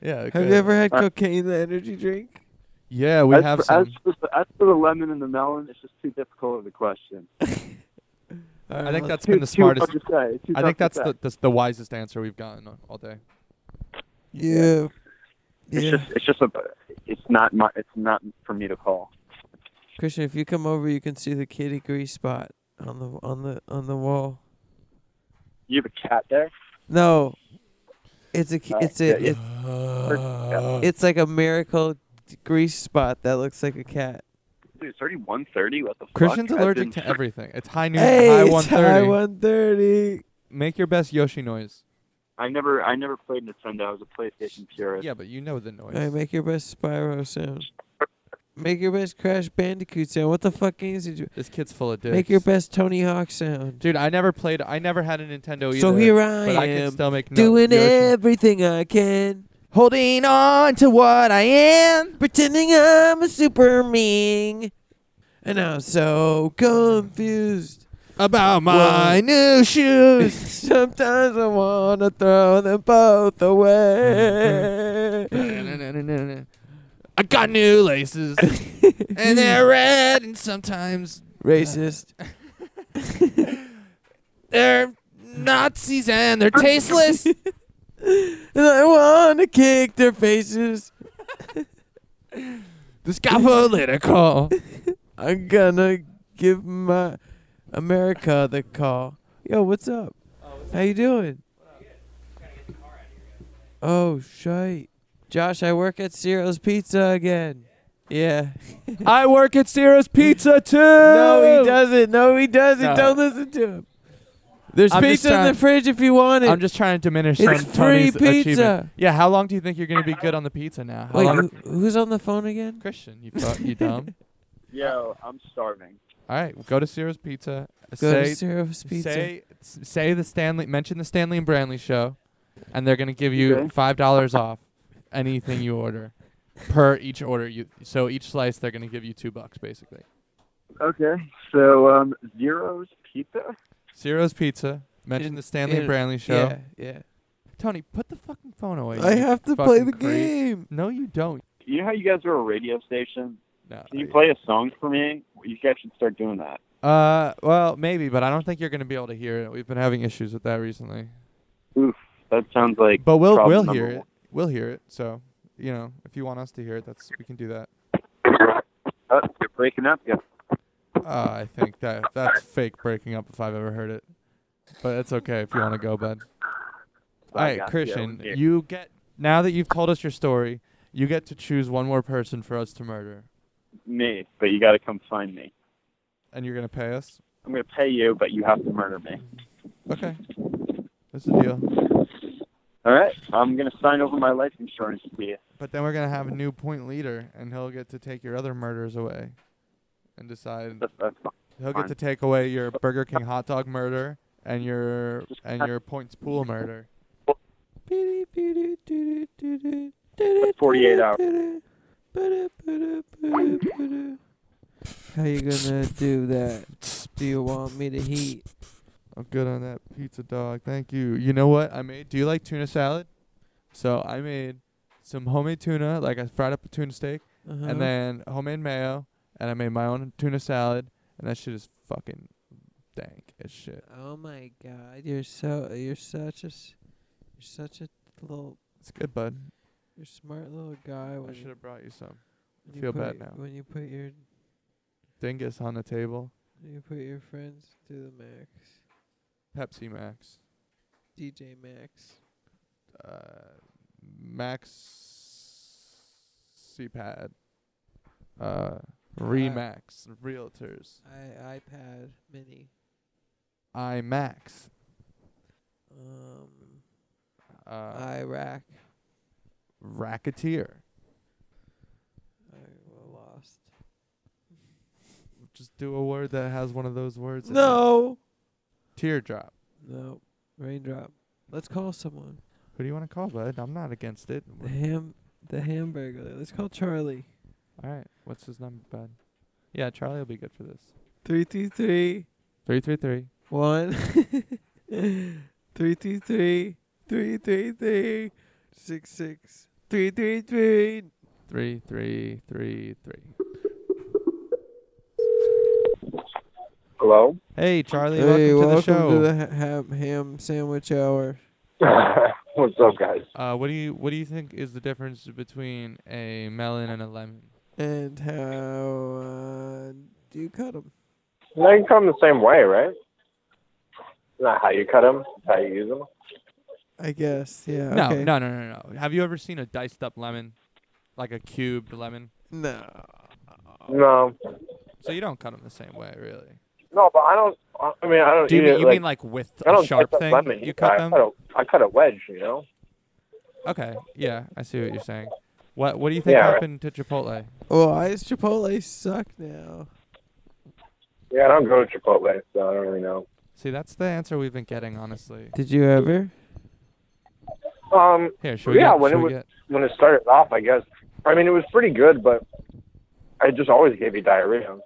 S1: Yeah.
S2: Have you
S1: okay.
S2: ever had
S5: Uh,
S2: cocaine, the energy drink?
S1: Yeah, we
S5: as,
S1: have
S5: for,
S1: some.
S5: as, for the, as for the lemon and the melon, it's just too difficult of a question.
S1: I think
S2: that's
S1: that's been the smartest.
S5: Two tough to say, two
S1: I
S5: tough
S1: think
S5: to
S1: that's
S5: say.
S1: the, that's the wisest answer we've gotten all day.
S2: yeah.
S5: It's
S2: Yeah.
S5: just it's just a it's not my it's not for me to call.
S2: Christian, if you come over, you can see the kitty grease spot on the on the on the wall.
S5: You have a cat there?
S2: No, it's a ki-
S5: Oh,
S2: it's
S5: yeah,
S2: a
S5: yeah.
S2: it's
S5: Or-
S1: Uh,
S5: yeah.
S2: it's like a miracle grease spot that looks like a cat.
S5: Dude, it's already 1:30. What the fuck?
S1: Christian's
S5: I've
S1: allergic
S5: been-
S1: to everything. It's high noon,
S2: Hey,
S1: high
S2: it's
S1: one
S2: high
S1: thirty.
S2: one thirty.
S1: Make your best Yoshi noise.
S5: I never I never played Nintendo. I was a PlayStation purist.
S1: Yeah, but you know the noise.
S2: All right, make your best Spyro sound. Make your best Crash Bandicoot sound. What the fuck games did you?
S1: this kid's full of dicks.
S2: Make your best Tony Hawk sound.
S1: Dude, I never played. I never had a Nintendo either.
S2: So here I
S1: Oh, but I can
S2: am,
S1: still make no-
S2: doing
S1: Yoshi-
S2: everything I can,
S1: Holding on to what I am.
S2: pretending I'm a Superman, and I'm so confused.
S1: About
S2: my
S1: new
S2: [LAUGHS]
S1: shoes.
S2: Sometimes I wanna throw them both away.
S1: I got new laces. and they're red, and sometimes
S2: Racist.
S1: they're Nazis and they're tasteless.
S2: And I wanna kick their faces.
S1: this got
S2: [LAUGHS]
S1: political.
S2: I'm gonna give my America the call. Yo, what's up? How you doing? Oh shite. Josh, I work at Ciro's Pizza again. Yeah. [LAUGHS]
S1: I work at Ciro's Pizza too.
S2: No, he doesn't. No, he doesn't.
S1: Oh! No.
S2: Don't listen to him. There's
S1: I'm just
S2: pizza in
S1: trying-
S2: the fridge if you want it.
S1: I'm just trying to diminish
S2: It's
S1: some
S2: free
S1: Tony's
S2: pizza.
S1: achievement. Yeah, how long do you think you're gonna be good on the pizza now? How
S2: Wait,
S1: long-
S2: who, who's on the phone again?
S1: Christian, you fuck, you
S2: [LAUGHS]
S1: dumb.
S5: Yo, I'm starving.
S1: All right, go to Ciro's Pizza.
S2: Go
S1: say
S2: to Ciro's Pizza.
S1: Say s- say the Stanley mention the Stanley and Branley show, and they're gonna give you
S5: Okay.
S1: five dollars off anything you order per each order. You so each slice they're gonna give you two bucks basically.
S5: Okay, so um, Zero's Pizza.
S1: Ciro's Pizza. Mention
S2: In-
S1: the Stanley
S2: in-
S1: and Branley show.
S2: Yeah,
S1: Tony, put the fucking phone away.
S2: yeah. I
S1: you
S2: have to play
S1: fucking
S2: the
S1: creep.
S2: game.
S1: No, you don't.
S5: You know how you guys are a radio station?
S1: No.
S5: Can you play a song for me? You guys should start doing that.
S1: Uh, well, maybe, but I don't think you're gonna be able to hear it. We've been having issues with that recently.
S5: Oof, that sounds like.
S1: But we'll
S5: problem
S1: we'll hear
S5: number
S1: it. We'll hear it. So, you know, if you want us to hear it, that's we can do that.
S5: one. Oh, you're breaking up. Yeah.
S1: Uh, I think that that's fake breaking up if I've ever heard it. But it's okay if you want to go, bud. All right, Christian,
S5: Yeah.
S1: you get now that you've told us your story, you get to choose one more person for us to murder,
S5: Me, but you got to come find me.
S1: and you're gonna pay us.
S5: I'm gonna pay you, but you have to murder me.
S1: Okay, that's the deal.
S5: All right, I'm gonna sign over my life insurance to you.
S1: But then we're gonna have a new point leader, and he'll get to take your other murders away, and decide
S5: That's, that's fine.
S1: he'll
S5: fine.
S1: get to take away your Burger King hot dog murder and your and your points pool murder.
S5: That's 48 hours.
S2: [LAUGHS] How you gonna do that? Do you want me to heat?
S1: I'm good on that pizza dog. Thank you. You know what I made? Do you like tuna salad? So I made some homemade tuna, like I fried up a tuna steak,
S2: Uh-huh.
S1: and then homemade mayo, and I made my own tuna salad, and that shit is fucking dank as shit.
S2: oh my god, you're so you're such a s- you're such a little
S1: It's good, bud.
S2: you're smart little guy.
S1: I
S2: When
S1: should
S2: you,
S1: have brought you some.
S2: when you
S1: feel
S2: put
S1: bad
S2: your-
S1: now.
S2: When you put your
S1: Dingus on the table.
S2: you put your friends to the max.
S1: Pepsi Max.
S2: DJ Max.
S1: Uh, Max CPAD. Uh, Remax. Realtors.
S2: I iPad Mini.
S1: IMAX.
S2: Um,
S1: Uh,
S2: Iraq.
S1: racketeer.
S2: I lost.
S1: Just do a word that has one of those words. in it.
S2: No.
S1: Teardrop.
S2: No. Raindrop. Let's call someone.
S1: Who do you want to call, bud? I'm not against it.
S2: The ham the hamburger. Let's call Charlie.
S1: All right. What's his number, bud? Yeah, Charlie will be good for this.
S2: Three two three
S1: Three three three.
S2: one [LAUGHS] three two three three three three six six three three three
S1: Three three three three.
S5: Hello.
S1: Hey, Charlie,
S2: hey,
S1: welcome, to the show.
S2: to the ha- ham, ham sandwich hour.
S5: What's up, guys?
S1: uh, what do you What do you think is the difference between a melon and a lemon?
S2: And how uh, do you cut 'em?
S6: No, you cut them the same way, right? Not how you cut them, how you use them.
S2: I guess. Yeah.
S1: No,
S2: okay.
S1: no, no, no, no. Have you ever seen a diced up lemon, like a cubed lemon?
S2: No.
S6: No,
S1: So you don't cut them the same way, really.
S6: no, but I don't. I- I mean, I don't.
S1: Do you,
S6: eat
S1: mean,
S6: it,
S1: you
S6: like,
S1: mean like with
S6: I
S1: a
S6: don't
S1: sharp
S6: cut the
S1: thing?
S6: lemon.
S1: you cut
S6: I
S1: them?
S6: Cut a, I cut a wedge, you know.
S1: Okay. Yeah, I see what you're saying. What What do you think
S6: Yeah, right.
S1: happened to Chipotle?
S2: Well, why does Chipotle suck now?
S6: Yeah, I don't go to Chipotle, so I don't really know.
S1: See, that's the answer we've been getting, honestly.
S2: Did you ever?
S6: Um,
S1: Here, should we
S6: Yeah,
S1: get,
S6: when
S1: should
S6: it
S1: we
S6: was-
S1: get-
S6: when it started off, I guess. I mean, it was pretty good, but I just always gave you diarrhea,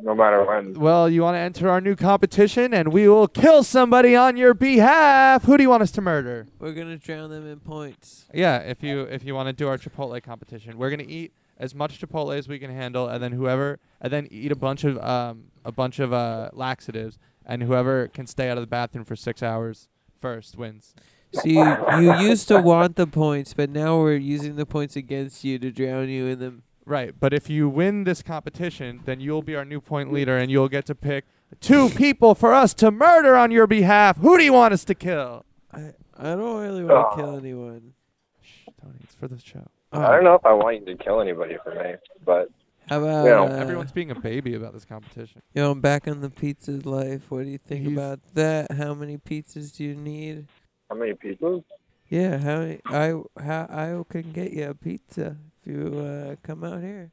S6: no matter when.
S1: Well, you want to enter our new competition, and we will kill somebody on your behalf. Who do you want us to murder?
S2: We're gonna drown them in points.
S1: Yeah, if you if you want to do our Chipotle competition, we're gonna eat as much Chipotle as we can handle, and then whoever and then eat a bunch of um a bunch of uh laxatives, and whoever can stay out of the bathroom for six hours first wins.
S2: So you, you used to want the points, but now we're using the points against you to drown you in them.
S1: Right, but if you win this competition, then you'll be our new point leader, and you'll get to pick two people for us to murder on your behalf. Who do you want us to kill?
S2: I I don't really want
S6: Ah.
S2: to kill anyone.
S1: Shh, Tony, it's for the show.
S6: I don't know if I want you to kill anybody for me, but
S2: How about
S6: Yeah.
S2: uh,
S1: Everyone's being a baby about this competition.
S2: You know, I'm back on the pizza life. What do you think
S1: He's-
S2: about that? How many pizzas do you need?
S6: how many pizzas?
S2: Yeah, how many? I how I can get you a pizza if you uh, come out here.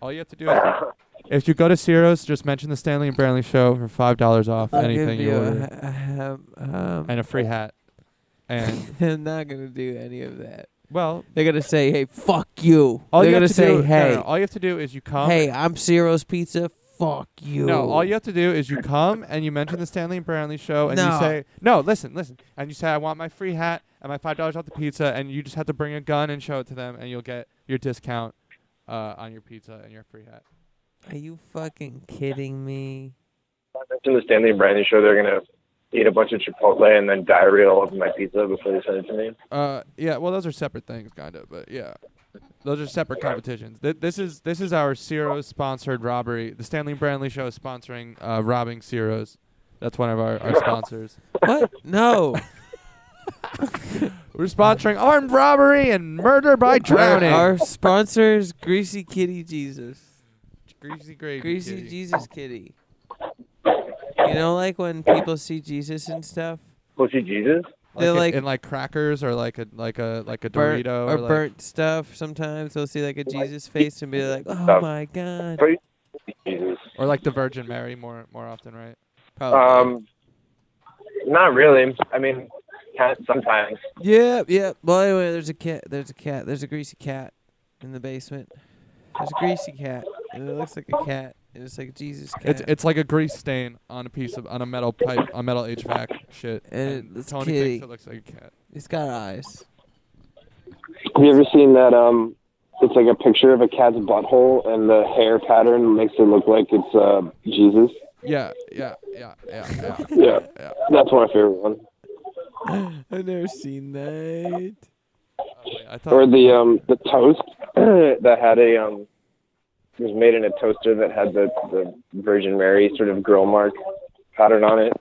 S1: All you have to do is [LAUGHS] If you go to Ciro's, just mention the Stanley and Brantley show for five dollars off
S2: I'll
S1: anything
S2: give
S1: you
S2: you
S1: order
S2: a, a ham. Um,
S1: and a free hat. And
S2: [LAUGHS] I'm not gonna do any of that.
S1: well,
S2: They're gonna say, "Hey, fuck you."
S1: all
S2: They're
S1: you have
S2: gonna
S1: to
S2: say,
S1: do, no,
S2: "Hey,
S1: no, all you have to do is you come.
S2: hey, I'm Ciro's Pizza. Fuck you."
S1: No, all you have to do is you come and you mention the Stanley and Brantley show and you
S2: No.
S1: say, no, listen, listen, and you say, I want my free hat and my five dollars off the pizza, and you just have to bring a gun and show it to them, and you'll get your discount uh, on your pizza and your free hat.
S2: Are you fucking kidding me?
S6: I mentioned the Stanley and Brandy show. They're gonna eat a bunch of Chipotle and then diarrhea all over my pizza before they send it to me.
S1: Uh, yeah. Well, those are separate things, kind of. But yeah, those are separate competitions. Th- this is this is our Ciro's sponsored robbery. The Stanley and Brantley Show is sponsoring uh, robbing Ciro's. That's one of our, our sponsors.
S2: What?
S1: [LAUGHS]
S2: No.
S1: We're sponsoring armed robbery and murder by
S2: our,
S1: drowning.
S2: our sponsor is Greasy Kitty Jesus.
S1: greasy gravy.
S2: Greasy
S1: kitty.
S2: Jesus kitty. You know, like when people see Jesus and stuff,
S6: Pussy Jesus.
S1: Like
S2: they're
S1: in,
S2: like,
S1: in like crackers or like a like a like a
S2: burnt
S1: Dorito
S2: or,
S1: like,
S2: burnt stuff. Sometimes they'll see like a Jesus face and be like, "Oh
S6: stuff.
S2: my god!"
S6: Pretty Jesus.
S1: or like the Virgin Mary more more often, right? Oh,
S2: Probably.
S6: Um, not really. I mean, kind of sometimes.
S2: Yep, yep. Well, anyway, there's a cat. There's a cat. There's a greasy cat in the basement. There's a greasy cat, and it looks like a cat, and it's like a Jesus cat.
S1: It's it's like a grease stain on a piece of on a metal pipe on metal HVAC shit.
S2: And it's
S1: Tony
S2: kitty.
S1: thinks it looks like a cat.
S2: it's got eyes. [GASPS]
S6: Have you ever seen that? Um, it's like a picture of a cat's butthole, and the hair pattern makes it look like it's uh, Jesus.
S1: Yeah, yeah, yeah, yeah, yeah. Oh,
S6: Yeah,
S1: Yeah.
S6: that's my favorite one.
S2: I've never seen that.
S1: Wait, I thought
S6: Or the um, the toast [CLEARS THROAT] that had a um, it was made in a toaster that had the the Virgin Mary sort of grill mark pattern on it.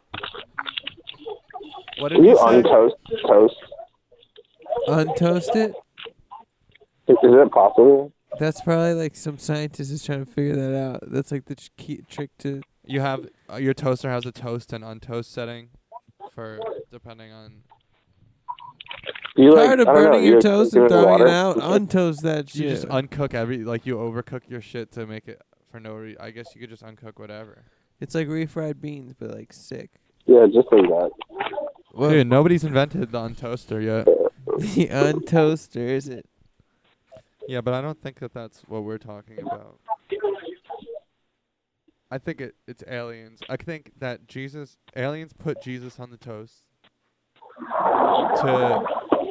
S1: what did
S6: Can
S1: you
S6: you
S1: say?
S6: untoast toast?
S2: Untoast it.
S6: Is is it possible?
S2: That's probably like some scientist is trying to figure that out. That's like the tr- key trick to.
S1: You have uh, your toaster has a toast and untoast setting for depending on.
S6: You
S2: Tired of
S6: I don't know,
S2: burning
S6: you
S2: your
S6: like
S2: toast
S6: give
S2: and
S6: it
S2: throwing
S6: water?
S2: it out? Untoast that
S1: You
S2: shit.
S1: just uncook every like you overcook your shit to make it for no reason. I guess you could just uncook whatever.
S2: it's like refried beans, but like
S6: [LAUGHS]
S2: sick.
S6: Yeah, just like that.
S2: Well,
S1: Dude, nobody's invented the untoaster yet.
S2: the untoaster is it?
S1: Yeah, but I don't think that that's what we're talking about. I think it, it's aliens. I think that Jesus aliens put Jesus on the toast to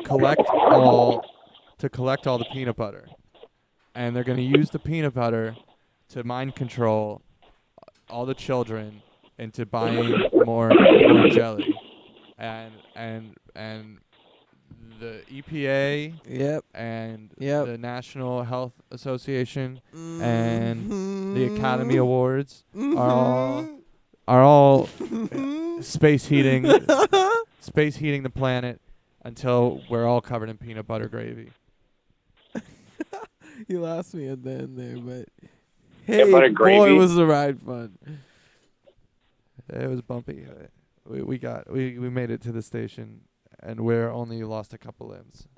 S1: collect all to collect all the peanut butter. And they're going to use the peanut butter to mind control all the children into buying more, more jelly, and and and the E EPA
S2: Yep.
S1: and
S2: Yep.
S1: the National Health Association and
S2: Mm-hmm.
S1: the Academy Awards are all are all uh, space heating space heating the planet until we're all covered in peanut butter gravy.
S2: [LAUGHS] You lost me at the end there, but
S6: Peanut
S2: hey,
S6: butter
S2: boy,
S6: gravy.
S2: was the ride fun.
S1: It was bumpy. but We we got we we made it to the station and we're only lost a couple limbs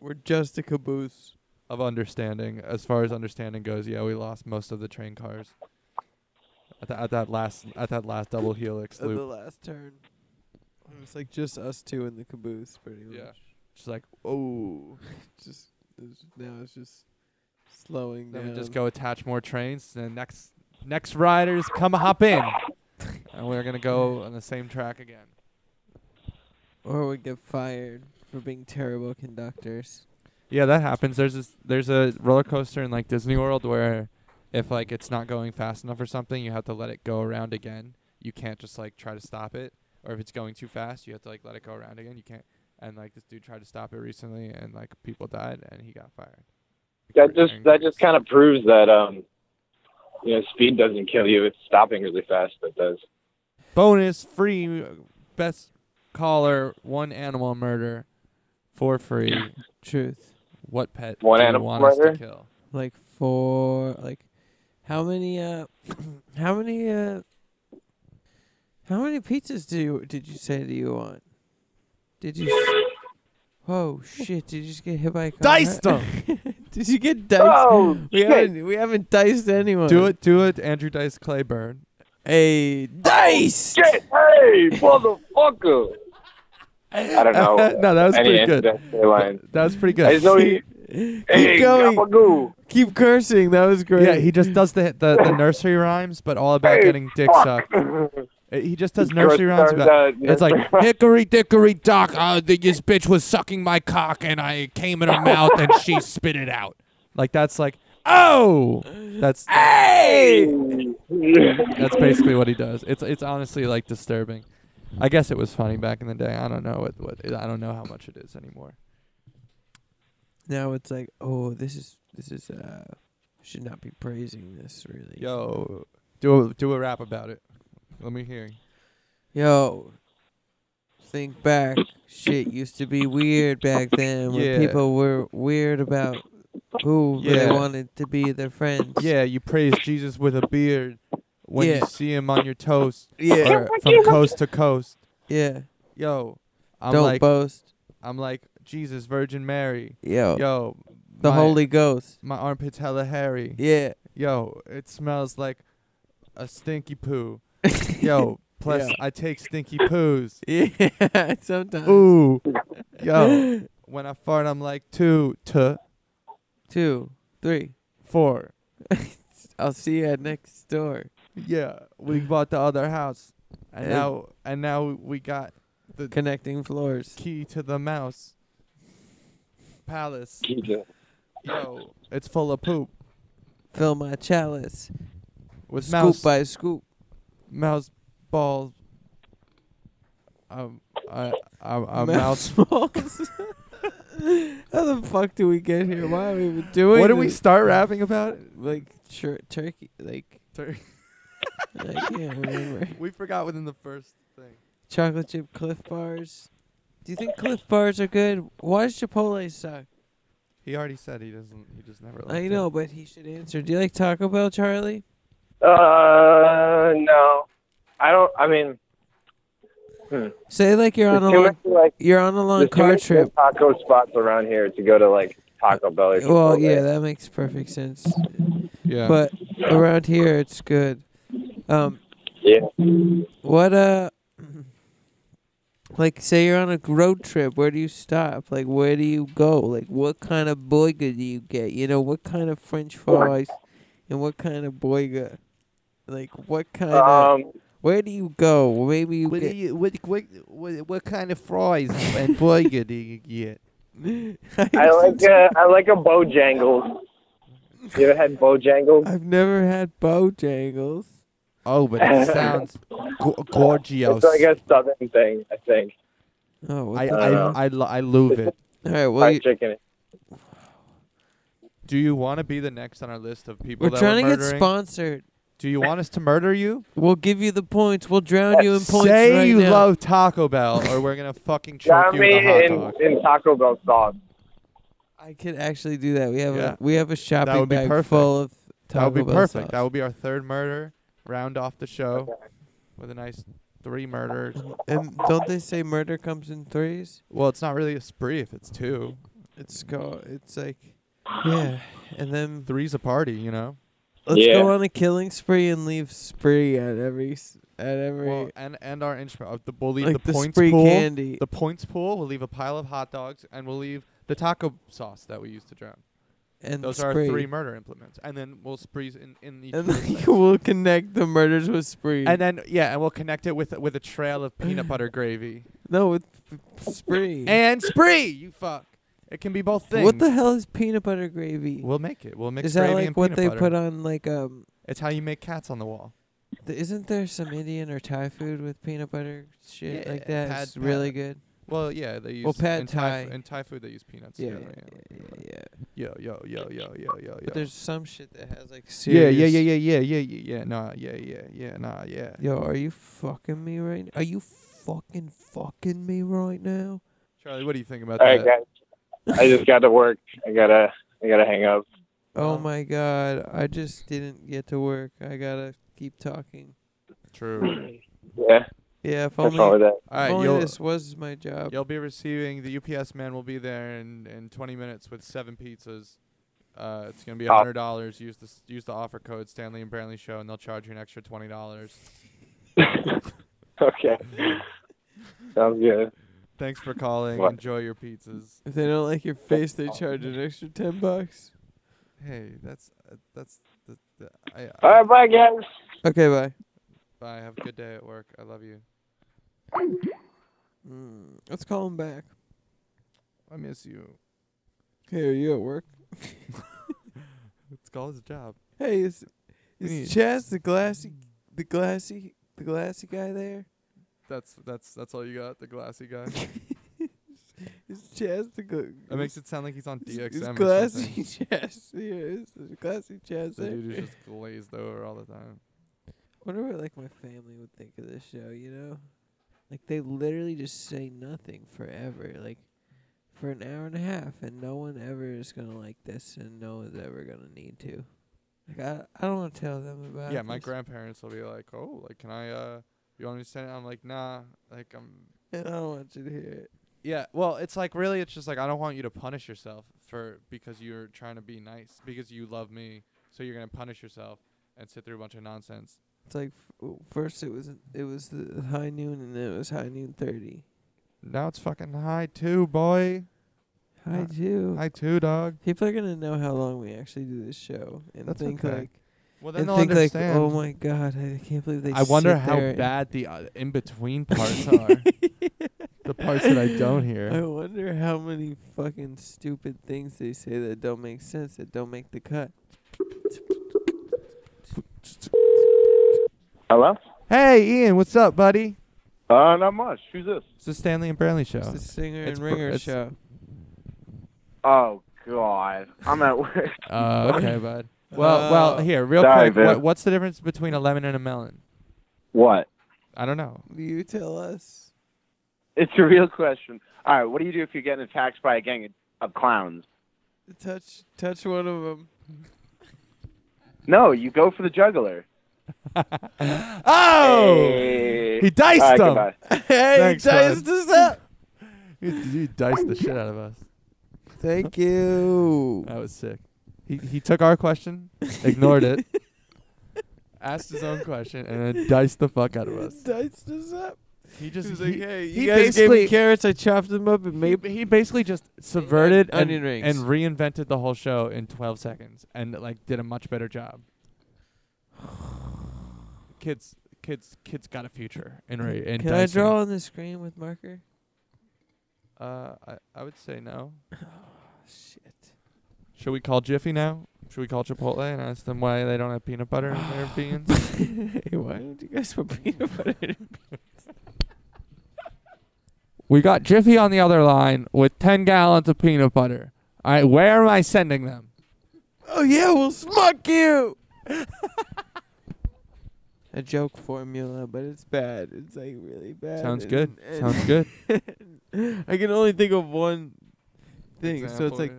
S2: We're just a caboose.
S1: of understanding as far as understanding goes. Yeah, we lost most of the train cars. At, tha- at that last at that last double helix
S2: at the
S1: loop.
S2: last turn. It was like just us two in the caboose, pretty much.
S1: Yeah. Just like, "Oh,
S2: [LAUGHS] Just it was, now it's just slowing
S1: Then
S2: down.
S1: we just go attach more trains. Then next next riders come hop in, and we're gonna [LAUGHS] go on the same track again.
S2: or we get fired for being terrible conductors.
S1: Yeah, that happens. There's this, there's a roller coaster in like Disney World where if like it's not going fast enough or something, you have to let it go around again. You can't just like try to stop it, or if it's going too fast, you have to like let it go around again. You can't. And like this dude tried to stop it recently, and like people died, and he got fired.
S6: That just that just kind of proves that um, you know, speed doesn't kill you. It's stopping really fast that does.
S1: bonus free uh, best caller one animal murder for free.
S2: Truth.
S1: What pet
S6: One
S1: do
S6: animal
S1: you want us
S6: murder?
S1: to kill?
S2: Like four. Like how many? Uh, [CLEARS THROAT] how many? Uh, how many pizzas do you, did you say do you want? Did you? s- Whoa shit! Did you just get hit by a car?
S1: [LAUGHS] Diced
S2: [LAUGHS] did you get diced?
S6: Oh,
S2: we
S6: shit.
S2: haven't we haven't diced anyone.
S1: Do it, do it, Andrew Dice Clay Bird.
S6: Oh,
S2: Hey, diced.
S6: Hey, motherfucker! I don't
S1: [LAUGHS]
S6: know.
S1: no, that was
S6: Any
S1: pretty good.
S6: ancestry line.
S1: That was pretty
S6: I
S1: good.
S6: just know he. hey,
S2: Keep going.
S6: gabagoo. [LAUGHS]
S2: Keep cursing. That was great.
S1: yeah, he just does the, the the nursery rhymes, but all about
S6: Hey,
S1: getting dick
S6: fuck.
S1: sucked. Uh, He just does
S6: He
S1: nursery rhymes
S6: starts
S1: about
S6: out
S1: it's like
S6: [LAUGHS] nursery rhymes.
S1: hickory dickory dock. Uh, the, this bitch was sucking my cock, and I came in her mouth, and
S6: [LAUGHS]
S1: she spit it out. Like that's like oh, that's That's basically what he does. It's it's honestly like disturbing. I guess it was funny back in the day. I don't know what what I don't know how much it is anymore.
S2: now it's like, oh, this is this is uh should not be praising this really.
S1: Yo, do a do a rap about it. Let me hear.
S2: Yo. Think back. Shit used to be weird back then when
S1: Yeah.
S2: people were weird about who
S1: Yeah.
S2: really wanted to be their friends.
S1: Yeah, you praise Jesus with a beard when
S2: Yeah.
S1: you see him on your toast
S2: Yeah.
S1: or from coast to coast.
S2: Yeah.
S1: Yo, I'm
S2: Don't
S1: like
S2: boast.
S1: I'm like Jesus, Virgin Mary.
S2: Yo.
S1: Yo,
S2: the
S1: my-
S2: Holy Ghost.
S1: my armpit's hella hairy.
S2: Yeah. [LAUGHS]
S1: Yo, it smells like a stinky
S2: [LAUGHS]
S1: poo. Yo, plus I take stinky
S2: [LAUGHS]
S1: poos.
S2: Yeah. Sometimes.
S1: Ooh. Yo.
S2: [LAUGHS]
S1: When I fart, I'm like two, two,
S2: Two, three.
S1: four.
S2: I'll see you at next door.
S1: Yeah. We bought the other house. And
S2: Yeah.
S1: now and now we got the
S2: Connecting floors.
S1: key to the mouse. Palace.
S6: Jesus.
S1: [LAUGHS] Yo. It's full of poop.
S2: Fill my chalice.
S1: With
S2: scoop
S1: mouse
S2: by scoop.
S1: mouse balls. Um I I I mouse
S2: [LAUGHS] mouse balls. How the fuck do we get here? Why are we even doing
S1: What do we
S2: this?
S1: start rapping about?
S2: Like tur- turkey, like
S1: Tur-
S2: I can't remember.
S1: [LAUGHS] we forgot within the first thing.
S2: [LAUGHS] Chocolate chip Cliff bars. Do you think Cliff bars are good? Why does Chipotle suck?
S1: He already said he doesn't he just never liked
S2: I
S1: it.
S2: know, but he should answer. Do you like Taco Bell, Charlie?
S6: Uh, no, I don't. I mean,
S2: Say like you're
S6: there's
S2: on a
S6: too
S2: long,
S6: many like
S2: you're on a long
S6: there's too
S2: car
S6: many
S2: trip.
S6: taco spots around here to go to like Taco Bell. Or
S2: Well,
S6: Chipotle.
S2: yeah, that makes perfect sense.
S1: Yeah.
S2: But around here, it's good. Um,
S6: yeah.
S2: What uh like say you're on a road trip, where do you stop? Like where do you go? Like what kind of boyga do you get? You know, what kind of French fries and what kind of boyga? Like what kind of
S6: Um,
S2: where do you go? Maybe you get
S1: you, what, what, what, what kind of fries and burger do you get?
S2: [LAUGHS]
S6: I like uh, I like a Bojangles. You ever had Bojangles?
S2: I've never had Bojangles.
S7: Oh, but it sounds go- gorgeous.
S6: It's like a southern thing, I think.
S2: Oh, what
S7: I,
S2: the-
S7: I, I, lo- I love it.
S2: all right. Well,
S6: Fried
S2: you,
S6: chicken.
S1: Do you want to be the next on our list of people
S2: we're
S1: that
S2: trying to
S1: we're
S2: get
S1: murdering?
S2: sponsored.
S1: Do you want us to murder
S2: [LAUGHS]
S1: you?
S2: We'll give you the points. We'll drown you in points
S1: Say
S2: right
S1: you
S2: now.
S1: love Taco Bell, or we're gonna fucking choke
S6: Got
S1: you with a hot
S6: in,
S1: dog.
S6: in Taco Bell sauce.
S2: I could actually do that. We have
S1: Yeah.
S2: a we have a shopping
S1: would be
S2: bag
S1: perfect.
S2: full of
S1: That
S2: Taco
S1: would be
S2: Bell
S1: perfect.
S2: sauce.
S1: That would be our third murder. Round off the show with a nice three murders.
S2: and don't they say murder comes in threes?
S1: Well, it's not really a spree if it's two.
S2: It's go. It's like, yeah. And then
S1: Three's a party, you know.
S2: let's
S6: Yeah.
S2: go on a killing spree and leave spree at every s- at every
S1: Well, and and our instrument, uh, the, we'll leave
S2: like
S1: the
S2: the,
S1: points
S2: spree
S1: pool.
S2: candy.
S1: The points pool. We'll leave a pile of hot dogs, and we'll leave the taco sauce that we used to drown.
S2: and
S1: Those
S2: Mm, spree.
S1: are our three murder implements, and then we'll sprees in in each.
S2: [LAUGHS] and
S1: of those
S2: like,
S1: things.
S2: [LAUGHS] we'll connect the murders with spree.
S1: and then yeah, and we'll connect it with with a trail of peanut
S2: [GASPS]
S1: butter gravy
S2: no, with f- spree.
S1: and spree. You fuck. It can be both things.
S2: what the hell is peanut butter gravy?
S1: We'll make it. We'll mix
S2: is that
S1: gravy
S2: like
S1: and
S2: what
S1: peanut
S2: they
S1: butter.
S2: put on like um
S1: It's how you make cats on the wall.
S2: Th- Isn't there some Indian or Thai food with peanut butter shit like
S1: Yeah,
S2: that?
S1: pad-
S2: it's really
S1: pad-
S2: good.
S1: Well, yeah, they use
S2: Well, pad
S1: in Thai,
S2: Thai.
S1: in Thai food they use peanuts.
S2: Yeah, yeah,
S1: together,
S2: yeah, yeah, yeah.
S1: yeah. Yo, yo, yo, yo, yo, yo, yo.
S2: But there's some shit that has like
S1: yeah,
S2: serious.
S1: yeah, yeah, yeah, yeah, yeah, yeah, yeah. Nah, yeah, yeah, yeah, nah, yeah.
S2: Yo, are you fucking me right? Are you fucking fucking me right now?
S1: Charlie, what do you think
S2: uh,
S1: about
S6: All right,
S1: that?
S6: guys. I just got to work. I gotta. I gotta hang up.
S2: Oh
S1: Um,
S2: my god, I just didn't get to work. I gotta keep talking.
S1: True.
S6: Yeah,
S2: Yeah, if
S6: what's
S2: only,
S6: wrong with that?
S2: if
S1: All right,
S2: only
S1: you'll
S2: this was my job.
S1: you'll be receiving the UPS man will be there in in 20 minutes with seven pizzas. Uh, it's gonna be a
S6: Oh.
S1: hundred dollars. Use the s- use the offer code Stanley and Brantley Show, and they'll charge you an extra twenty dollars.
S6: Okay. Sounds good.
S1: Thanks for calling.
S6: What?
S1: Enjoy your pizzas.
S2: If they don't like your face, they charge an extra ten bucks.
S1: Hey, that's uh, that's the, the I,
S6: All
S1: I
S6: right, bye, guys.
S2: Okay, bye.
S1: bye. Have a good day at work. I love you.
S2: Mm, let's call him back.
S1: I miss you.
S2: Hey, are you at work?
S1: It's called his job.
S2: Hey, is
S1: We need-
S2: is Chaz the glassy, the glassy, the glassy guy there? [LAUGHS]
S1: That's that's that's all you got. The glassy guy.
S2: Is Chaz the gl-
S1: That makes it sound like he's on
S2: is,
S1: DXM.
S2: is
S1: or
S2: glassy
S1: [LAUGHS] something.
S2: [LAUGHS] Chaz here? Is the glassy Chaz
S1: The
S2: there? [LAUGHS]
S1: dude is just glazed over all the time.
S2: Wonder what like my family would think of this show. You know, like they literally just say nothing forever, like for an hour and a half, and no one ever is gonna like this, and no one's ever gonna need to. Like I, I don't want to tell them about.
S1: yeah, my
S2: this.
S1: grandparents will be like, "Oh, like, can I? uh You want me to send it?" I'm like, "Nah." Like, I'm.
S2: [LAUGHS] I don't want you to hear it.
S1: Yeah. Well, it's like really, it's just like I don't want you to punish yourself for because you're trying to be nice because you love me, so you're gonna punish yourself and sit through a bunch of nonsense.
S2: It's like f- w- first it was it was the high noon and then it was high noon thirty.
S1: Now it's fucking high two, boy.
S2: High
S1: Uh,
S2: two.
S1: High two, dog.
S2: People are gonna know how long we actually do this show and
S1: That's
S2: think
S1: okay.
S2: like
S1: Well, then
S2: and
S1: they'll
S2: think like
S1: understand.
S2: oh my god I can't believe they.
S1: I wonder
S2: sit
S1: how
S2: there and- [LAUGHS]
S1: bad the uh, in between parts are. the parts that I don't
S2: I
S1: hear.
S2: wonder how many fucking stupid things they say that don't make sense that don't make the cut.
S4: Hello?
S1: Hey, Ian, what's up, buddy?
S5: Uh, not much. Who's this?
S1: It's the Stanley and Brantley
S2: It's
S1: show.
S2: the singer
S1: It's
S2: and
S1: br-
S2: ringer
S1: it's-
S2: show.
S5: Oh God, I'm at work. [LAUGHS]
S1: Uh, okay, bud. Well, well,
S2: Uh,
S1: here, real
S5: Sorry,
S1: quick. What,
S5: man.
S1: what's the difference between a lemon and a melon?
S5: What?
S1: I don't know.
S2: You tell us.
S5: It's a real question. All right, what do you do if you're getting attacked by a gang of, of clowns?
S2: Touch touch one of them.
S5: No, you go for the juggler.
S1: Oh,
S5: Hey.
S1: he diced
S5: All right,
S1: them.
S5: goodbye.
S2: hey,
S1: Thanks,
S2: guys,
S1: bud.
S2: this up.
S1: He, he diced the shit out of us.
S2: Thank
S1: [LAUGHS]
S2: you.
S1: That was sick. He he took our question, ignored [LAUGHS]
S2: [LAUGHS]
S1: it, asked his own question, and then diced the fuck out of us.
S2: Diced us up.
S1: He just
S2: He's
S1: he,
S2: like, hey, you
S1: he
S2: guys gave me
S1: basically-
S2: carrots. I chopped them up and [LAUGHS] made.
S1: he, he basically just subverted and,
S2: Onion rings.
S1: and reinvented the whole show in 12 seconds and like did a much better job [SIGHS] kids kids kids got a future in ra- in
S2: Can I
S1: dicing.
S2: draw on the screen with marker?
S1: uh I, I would say no [SIGHS]
S2: Shit.
S1: should we call jiffy now should we call Chipotle and ask them why they don't have peanut butter in [SIGHS] their beans?
S2: [LAUGHS] hey, why don't you guys put peanut butter in
S1: We got Jiffy on the other line with 10 gallons of peanut butter. All right, where am I sending them?
S2: Oh yeah, we'll smuck you. A joke formula, but it's bad. It's like really bad.
S1: Sounds
S2: and-
S1: good.
S2: and-
S1: Sounds [LAUGHS] good.
S2: [LAUGHS] I can only think of one thing. so it's like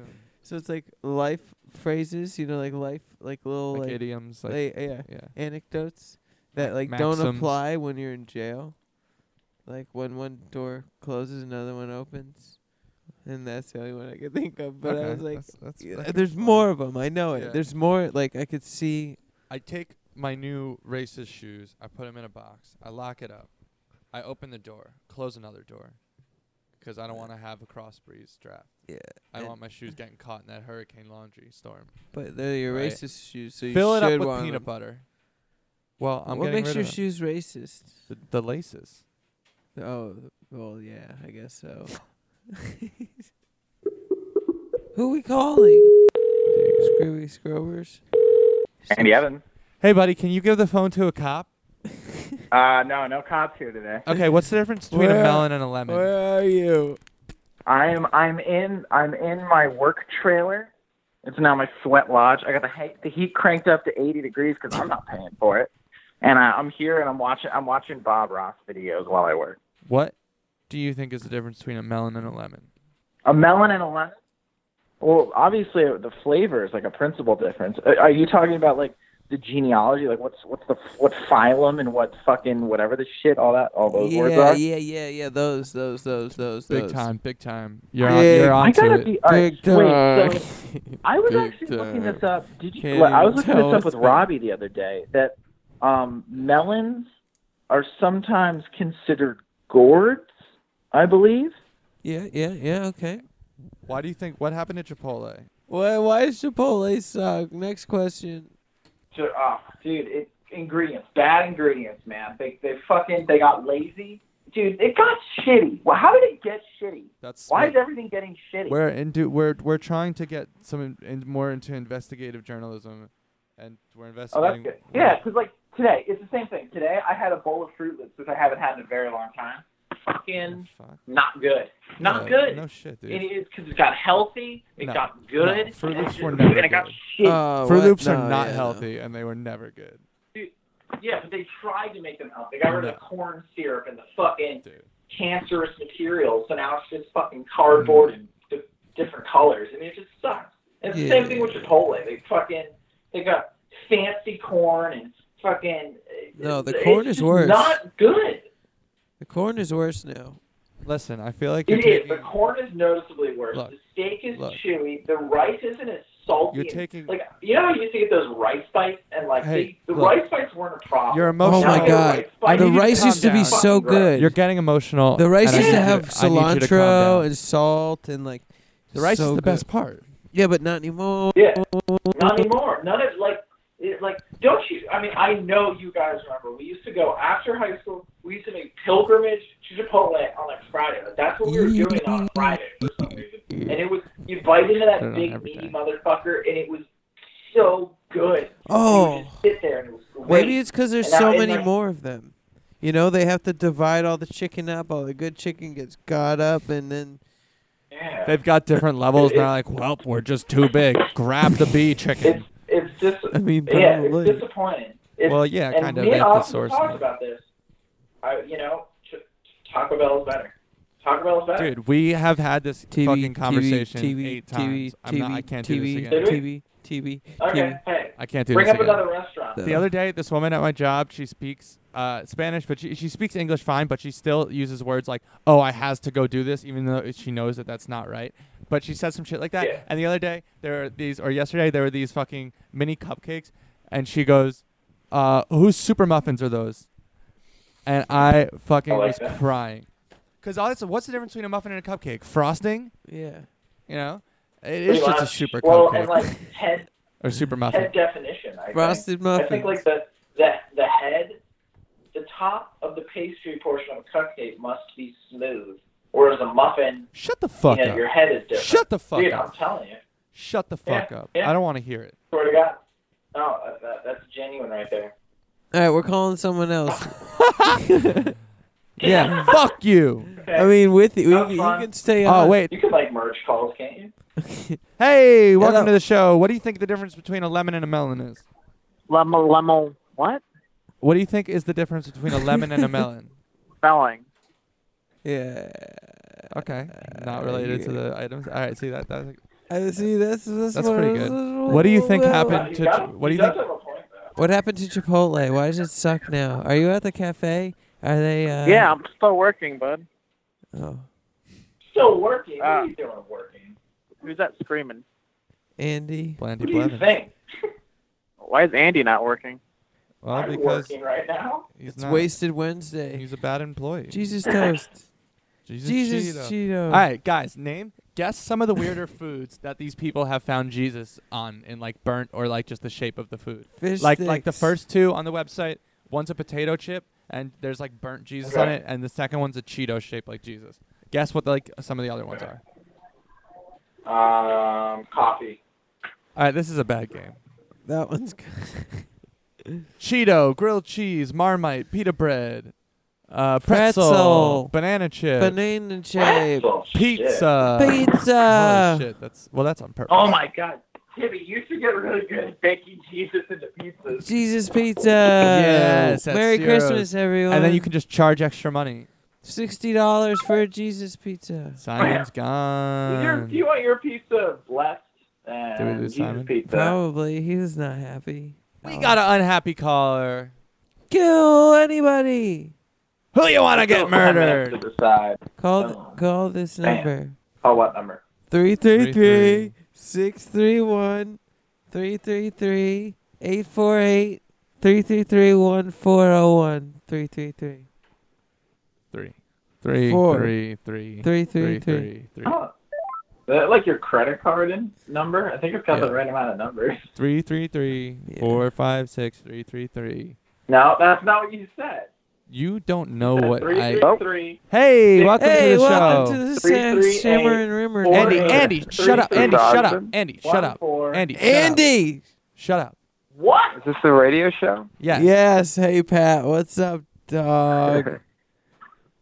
S2: so it's like life phrases, you know, like life like little
S1: like,
S2: like,
S1: idioms, like,
S2: like, yeah,
S1: yeah.
S2: anecdotes that like don't
S1: maxims.
S2: apply when you're in jail. Like when one door closes, another one opens, and that's the only one I could think of. But I
S1: Okay,
S2: was like,
S1: that's- that's-
S2: yeah,
S1: that's-
S2: there's more of 'em. I know it.
S1: Yeah.
S2: There's more. Like I could see.
S1: I take my new racist shoes, I put them in a box, I lock it up, I open the door, close another door, because I don't want to have a cross breeze draft.
S2: Yeah,
S1: I
S2: and-
S1: don't want my shoes getting caught in that hurricane laundry storm.
S2: But they're your
S1: Right.
S2: racist shoes, so you
S1: Fill it
S2: should
S1: up with
S2: want
S1: peanut
S2: 'em.
S1: butter. Well, I'm
S2: what
S1: getting
S2: makes
S1: rid
S2: your
S1: of them.
S2: shoes racist?
S1: The, the laces.
S2: Oh, well, yeah, I guess so. [LAUGHS] Who we calling? Screwy Scrovers.
S8: Andy Evans.
S1: Hey, buddy, can you give the phone to a cop?
S8: [LAUGHS] Uh, no, no cops here today.
S1: Okay, what's the difference between a
S2: Where-
S1: melon and a lemon?
S2: Where are you?
S8: I am. I'm in. I'm in my work trailer. It's now my sweat lodge. I got the heat, the heat cranked up to 80 degrees because I'm not paying for it. And
S4: uh,
S8: I, I'm here and I'm watching. I'm watching Bob Ross videos while I work.
S1: What do you think is the difference between a melon and a lemon?
S8: A melon and a lemon. Well, obviously the flavor is like a principal difference. Uh, Are are you talking about like the genealogy? Like what's what's the what phylum and what fucking whatever the shit all that all those words
S2: Yeah,
S8: are?
S2: yeah, yeah, yeah. Those, those, those, those.
S1: Big
S2: those.
S1: time, big time. You're
S2: Big-
S1: on, you're
S8: I
S1: onto
S8: gotta
S1: it.
S8: be. uh, all right, wait, so- I was
S2: Big
S8: actually looking
S2: time.
S8: this up. Did you?
S2: Can't
S8: like, I was
S2: even
S8: looking
S2: tell
S8: this up
S2: us
S8: with
S2: that.
S8: Robbie the other day that um, melons are sometimes considered gourds, I believe.
S2: [LAUGHS] Yeah, yeah, yeah. Okay.
S1: Why do you think? What happened to Chipotle?
S2: Why, why does Chipotle suck? Next question.
S8: So, oh, dude, it, ingredients, bad ingredients, man. They they fucking they got lazy, dude. It got shitty. Well, how did it get shitty?
S1: That's
S8: Why is everything getting shitty?
S1: we're into we're we're trying to get some in, in more into investigative journalism, and we're
S8: Oh, that's
S1: investigating.
S8: good. Yeah, because like today, it's the same thing. Today, I had a bowl of Fruit Loops, which I haven't had in a very long time. Fucking
S1: Fuck.
S8: not good. Not
S1: Yeah,
S8: good.
S1: Uh, No shit, dude.
S8: It is because it got healthy. It
S1: No,
S8: got good.
S1: no, Froot
S8: and it
S1: Loops
S8: just-
S1: were never
S8: and it got
S1: good. Uh,
S8: shit.
S2: Oh,
S1: Fruit
S2: what?
S1: Loops are
S2: No,
S1: not
S2: yeah, no.
S1: healthy, and they were never good,
S8: yeah, but they tried to make them healthy. They got rid of
S1: No.
S8: the corn syrup and the fucking
S1: dude.
S8: cancerous materials, so now it's just fucking cardboard
S2: Mm-hmm.
S8: and di different colors. I mean, it just sucks. And it's the
S2: Yeah.
S8: same thing with Chipotle. They fucking they got fancy corn and fucking.
S2: No, the
S8: it's
S2: corn is
S8: just
S2: worse.
S8: Not good.
S2: The corn is worse now.
S1: Listen, I feel like you're
S8: It is.
S1: taking,
S8: The corn is noticeably worse.
S1: Look,
S8: the steak is
S1: look.
S8: chewy. The rice isn't as salty.
S1: You're
S8: and-
S1: taking-
S8: like you know, how you used to get those rice bites, and like
S1: Hey,
S8: the, the
S1: look.
S8: rice bites weren't a problem.
S1: You're
S2: Oh
S1: emotional.
S8: Now
S2: my
S8: I get a
S2: god.
S8: rice bite,
S2: the
S8: you
S2: rice
S8: just
S2: used to
S8: calm
S2: be
S8: down.
S2: so
S8: Fucking gross.
S2: good.
S1: You're getting emotional.
S2: The rice
S1: and I
S2: used to
S1: need I
S2: have
S1: need you to calm down.
S2: cilantro and salt and like.
S1: The rice
S2: so
S1: is the
S2: good.
S1: best part.
S2: Yeah, but not anymore.
S8: Yeah, not anymore. None of like, it, like, don't you? I mean, I know you guys remember. We used to go after high school. We used to make pilgrimage to Chipotle on like Friday. Like, that's what we were doing on Friday for some reason. And it was you bite into
S1: Put it on
S8: that big
S1: every
S8: meaty
S1: day.
S8: motherfucker, and it was so good.
S2: Oh.
S8: you would just sit there and it was great.
S2: Maybe it's because there's
S8: And
S2: so
S8: now- and
S2: many
S8: like-
S2: more of them. You know, they have to divide all the chicken up. All the good chicken gets got up, and then
S8: yeah.
S1: They've got different levels. They're like, well, we're just too big. Grab the bee
S8: it's
S1: chicken.
S8: it's just
S2: I mean,
S8: yeah,
S2: probably.
S8: it's disappointing. It's,
S1: Well, yeah,
S8: and
S1: kind of.
S8: Me
S1: They
S8: and
S1: have to
S8: Austin
S1: source
S8: talked
S1: it.
S8: about this. I, you know, t- Taco Bell is better. Taco Bell is better.
S1: Dude, we have had this
S2: TV,
S1: fucking conversation
S2: TV,
S1: eight
S2: TV,
S1: times. I'm not, I can't
S2: TV,
S1: do this again.
S8: Did we?
S2: TV, TV,
S8: okay,
S2: TV.
S8: hey,
S1: I can't do
S8: bring
S1: this
S8: up
S1: again.
S8: another restaurant.
S1: The other day, this woman at my job, she speaks uh, Spanish, but she, she speaks English fine, but she still uses words like, oh, I has to go do this, even though she knows that that's not right. But she says some shit like that.
S8: Yeah.
S1: And the other day, there were these, or yesterday, there were these fucking mini cupcakes, and she goes, uh, whose super muffins are those? And I fucking
S8: I like
S1: was
S8: that.
S1: crying. Because what's the difference between a muffin and a cupcake? Frosting?
S2: Yeah.
S1: You know, it is
S8: Pretty
S1: just a
S8: much.
S1: super
S8: well,
S1: cupcake
S8: and like head
S1: or
S8: [LAUGHS]
S1: super muffin.
S8: head definition. I think.
S2: Frosted
S8: I
S2: muffins.
S8: think like the the the head, the top of the pastry portion of a cupcake must be smooth, whereas a muffin,
S1: Shut the fuck
S8: you know,
S1: up.
S8: your head is different.
S1: Shut the fuck
S8: Dude,
S1: up.
S8: I'm telling you.
S1: Shut the
S8: Yeah,
S1: fuck up.
S8: yeah.
S1: I don't want to hear
S8: [LAUGHS]
S1: it.
S8: Swear to God. No, that, that, that's genuine right there.
S2: All right, we're calling someone
S9: [LAUGHS]
S2: else. [LAUGHS] yeah.
S1: [LAUGHS] fuck you.
S8: Okay.
S2: I mean, with you,
S8: Have
S2: you
S8: fun.
S2: can stay
S1: Oh
S2: on.
S1: wait.
S8: you can like merge calls, can't you?
S1: Hey, welcome
S2: Hello.
S1: to the show. What do you think the difference between a lemon and a melon is?
S4: Lemon, lemon, what?
S1: What do you think is the difference between a lemon
S8: [LAUGHS]
S1: and a melon?
S4: Spelling.
S2: [LAUGHS] Yeah.
S1: Okay, not
S8: Uh,
S1: related to the items. All right, see that. That's,
S2: I see. That's that's,
S1: That's
S2: what
S1: pretty
S2: it was-
S1: good.
S2: that's
S1: What do you think
S2: well-
S1: happened?
S8: He
S1: to-
S8: does-
S1: what do
S8: he
S1: you think-
S8: does have a point, though.
S2: What happened to Chipotle? Why does it suck now? Are you at the cafe? Are they? Uh,
S9: yeah, I'm still working, bud.
S2: Oh,
S8: Still working. what
S9: Ah.
S8: are you doing working?
S9: Who's that screaming?
S2: Andy.
S1: Blandy
S8: What do you
S1: Blevins.
S8: think?
S9: Why is Andy not working?
S1: Well,
S8: [LAUGHS] I'm
S1: because
S8: working right now.
S1: he's
S2: It's
S1: not.
S2: wasted Wednesday.
S1: He's a bad employee. [LAUGHS]
S2: Jesus toast.
S1: Jesus,
S2: Jesus
S1: Cheeto.
S2: Cheeto.
S1: All right, guys, name guess some of the
S2: [LAUGHS]
S1: weirder foods that these people have found Jesus on in like burnt or like just the shape of the food.
S2: Fish
S1: like like the
S2: sticks.
S1: first two on the website, one's a potato chip and there's like burnt Jesus on
S8: Okay.
S1: it, and the second one's a Cheeto shaped like Jesus. Guess what like some of the other ones are.
S8: Um, coffee.
S1: All right, this is a bad game.
S2: That one's good. [LAUGHS]
S1: Cheeto, grilled cheese, Marmite, pita bread, uh, pretzel,
S2: Pretzel.
S1: banana chip,
S2: banana shape.
S8: Pretzel. Shit.
S1: pizza.
S2: [LAUGHS] Pizza.
S1: Holy shit, that's well, that's on purpose.
S8: Oh my God, Timmy, you should get really good at baking Jesus into pizzas.
S2: Jesus pizza.
S1: Yes, that's
S2: Merry
S1: zeros.
S2: Christmas, everyone.
S1: And then you can just charge extra money.
S2: sixty dollars for a Jesus pizza.
S8: [LAUGHS]
S1: Simon's
S8: Is your,
S1: gone.
S8: do you want your pizza blessed? And
S1: Did we lose
S8: Jesus
S1: Simon?
S8: pizza.
S2: Probably he was not happy.
S1: We got an unhappy caller.
S2: kill anybody.
S1: Who you want to get
S8: Still a couple minutes
S1: murdered?
S8: To decide.
S2: Call
S8: Oh.
S2: call this
S8: Damn.
S2: number.
S8: Oh, what number?
S2: 333 631 333 848 333 1401 333
S1: Three. Three,
S2: Four.
S1: three, three, three,
S2: 333
S1: three, three,
S8: Oh, is that like your credit card in number? I think it's got
S1: Yeah.
S8: the right amount of numbers.
S1: three, three, three,
S2: Yeah.
S1: four, five, six, three, three, three.
S8: No, that's not what you said.
S1: You don't know
S8: You said
S1: what
S8: three,
S1: I. Oh.
S8: three, three,
S1: Hey, welcome
S2: Hey,
S1: to the
S2: welcome
S1: show.
S2: to the
S8: Three,
S2: Sam
S8: three,
S2: Shammer
S8: eight,
S2: and Rimmer.
S8: four,
S1: Andy,
S8: eight,
S1: Andy,
S8: three,
S1: shut up.
S8: three,
S1: Andy, shut up.
S6: thousand.
S1: Andy,
S8: one,
S1: shut up.
S8: four.
S1: Andy, shut up.
S2: Andy!
S1: Shut up.
S8: What?
S6: Is this the radio show?
S1: Yeah.
S2: Yes, hey Pat, what's up,
S6: [LAUGHS]
S2: dog?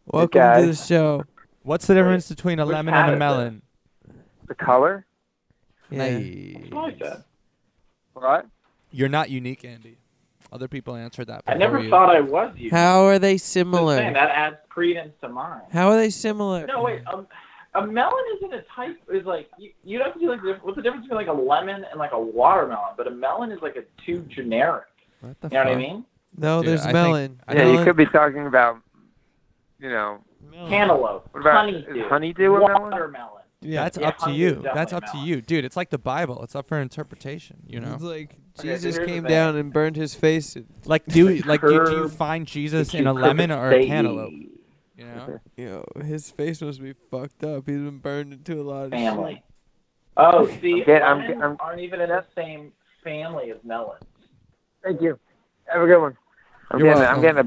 S2: Welcome to the
S6: guys.
S2: show.
S1: What's the difference between a
S8: Which
S1: lemon
S8: hat
S1: and
S8: is
S1: a
S8: it?
S1: melon?
S6: The color?
S2: Yeah.
S8: I like that.
S6: What?
S1: You're not unique, Andy. Other people answered that.
S8: I
S1: before
S8: never
S1: you.
S8: thought I was you.
S2: How are they
S8: That's the thing,
S2: similar?
S8: that adds credence to mine.
S2: How are they similar?
S8: No, wait. Um, a melon isn't a type. Is like you, you'd have to do like the- what's the difference between like a lemon and like a watermelon? But a melon is like a too generic.
S1: What the
S8: You know
S1: fuck?
S8: what I mean?
S2: No,
S1: Dude,
S2: there's
S1: I think-
S2: melon.
S1: I
S6: yeah,
S1: know
S6: you
S1: it.
S6: could be talking about, you know,
S8: Cantaloupe,
S6: what about
S8: honeydew,
S6: is honeydew a melon?
S8: watermelon.
S2: Yeah,
S1: That's
S8: Yeah,
S1: up to
S8: honeydew
S1: you.
S8: is
S1: That's up
S8: definitely
S1: to
S8: melon.
S1: you, dude. It's like the Bible. It's up for interpretation. You know,
S2: It's like
S8: Okay, so
S2: Jesus
S8: here's the
S2: came
S8: thing.
S2: down and burned his face. in-
S1: like do you, like do, do you
S8: Curve.
S1: find Jesus
S8: Did
S1: in
S8: you
S1: a lemon
S8: curve
S1: or
S8: say-
S1: a cantaloupe? You know,
S2: Yo, his face must be fucked up. He's been burned into a lot of
S8: Family. Oh, see,
S6: I'm get- I'm-
S8: lemons
S6: I'm-
S8: aren't even in the same family as melons.
S6: Thank you. Have a good one. I'm
S1: You're
S6: getting,
S1: welcome.
S6: I'm getting a,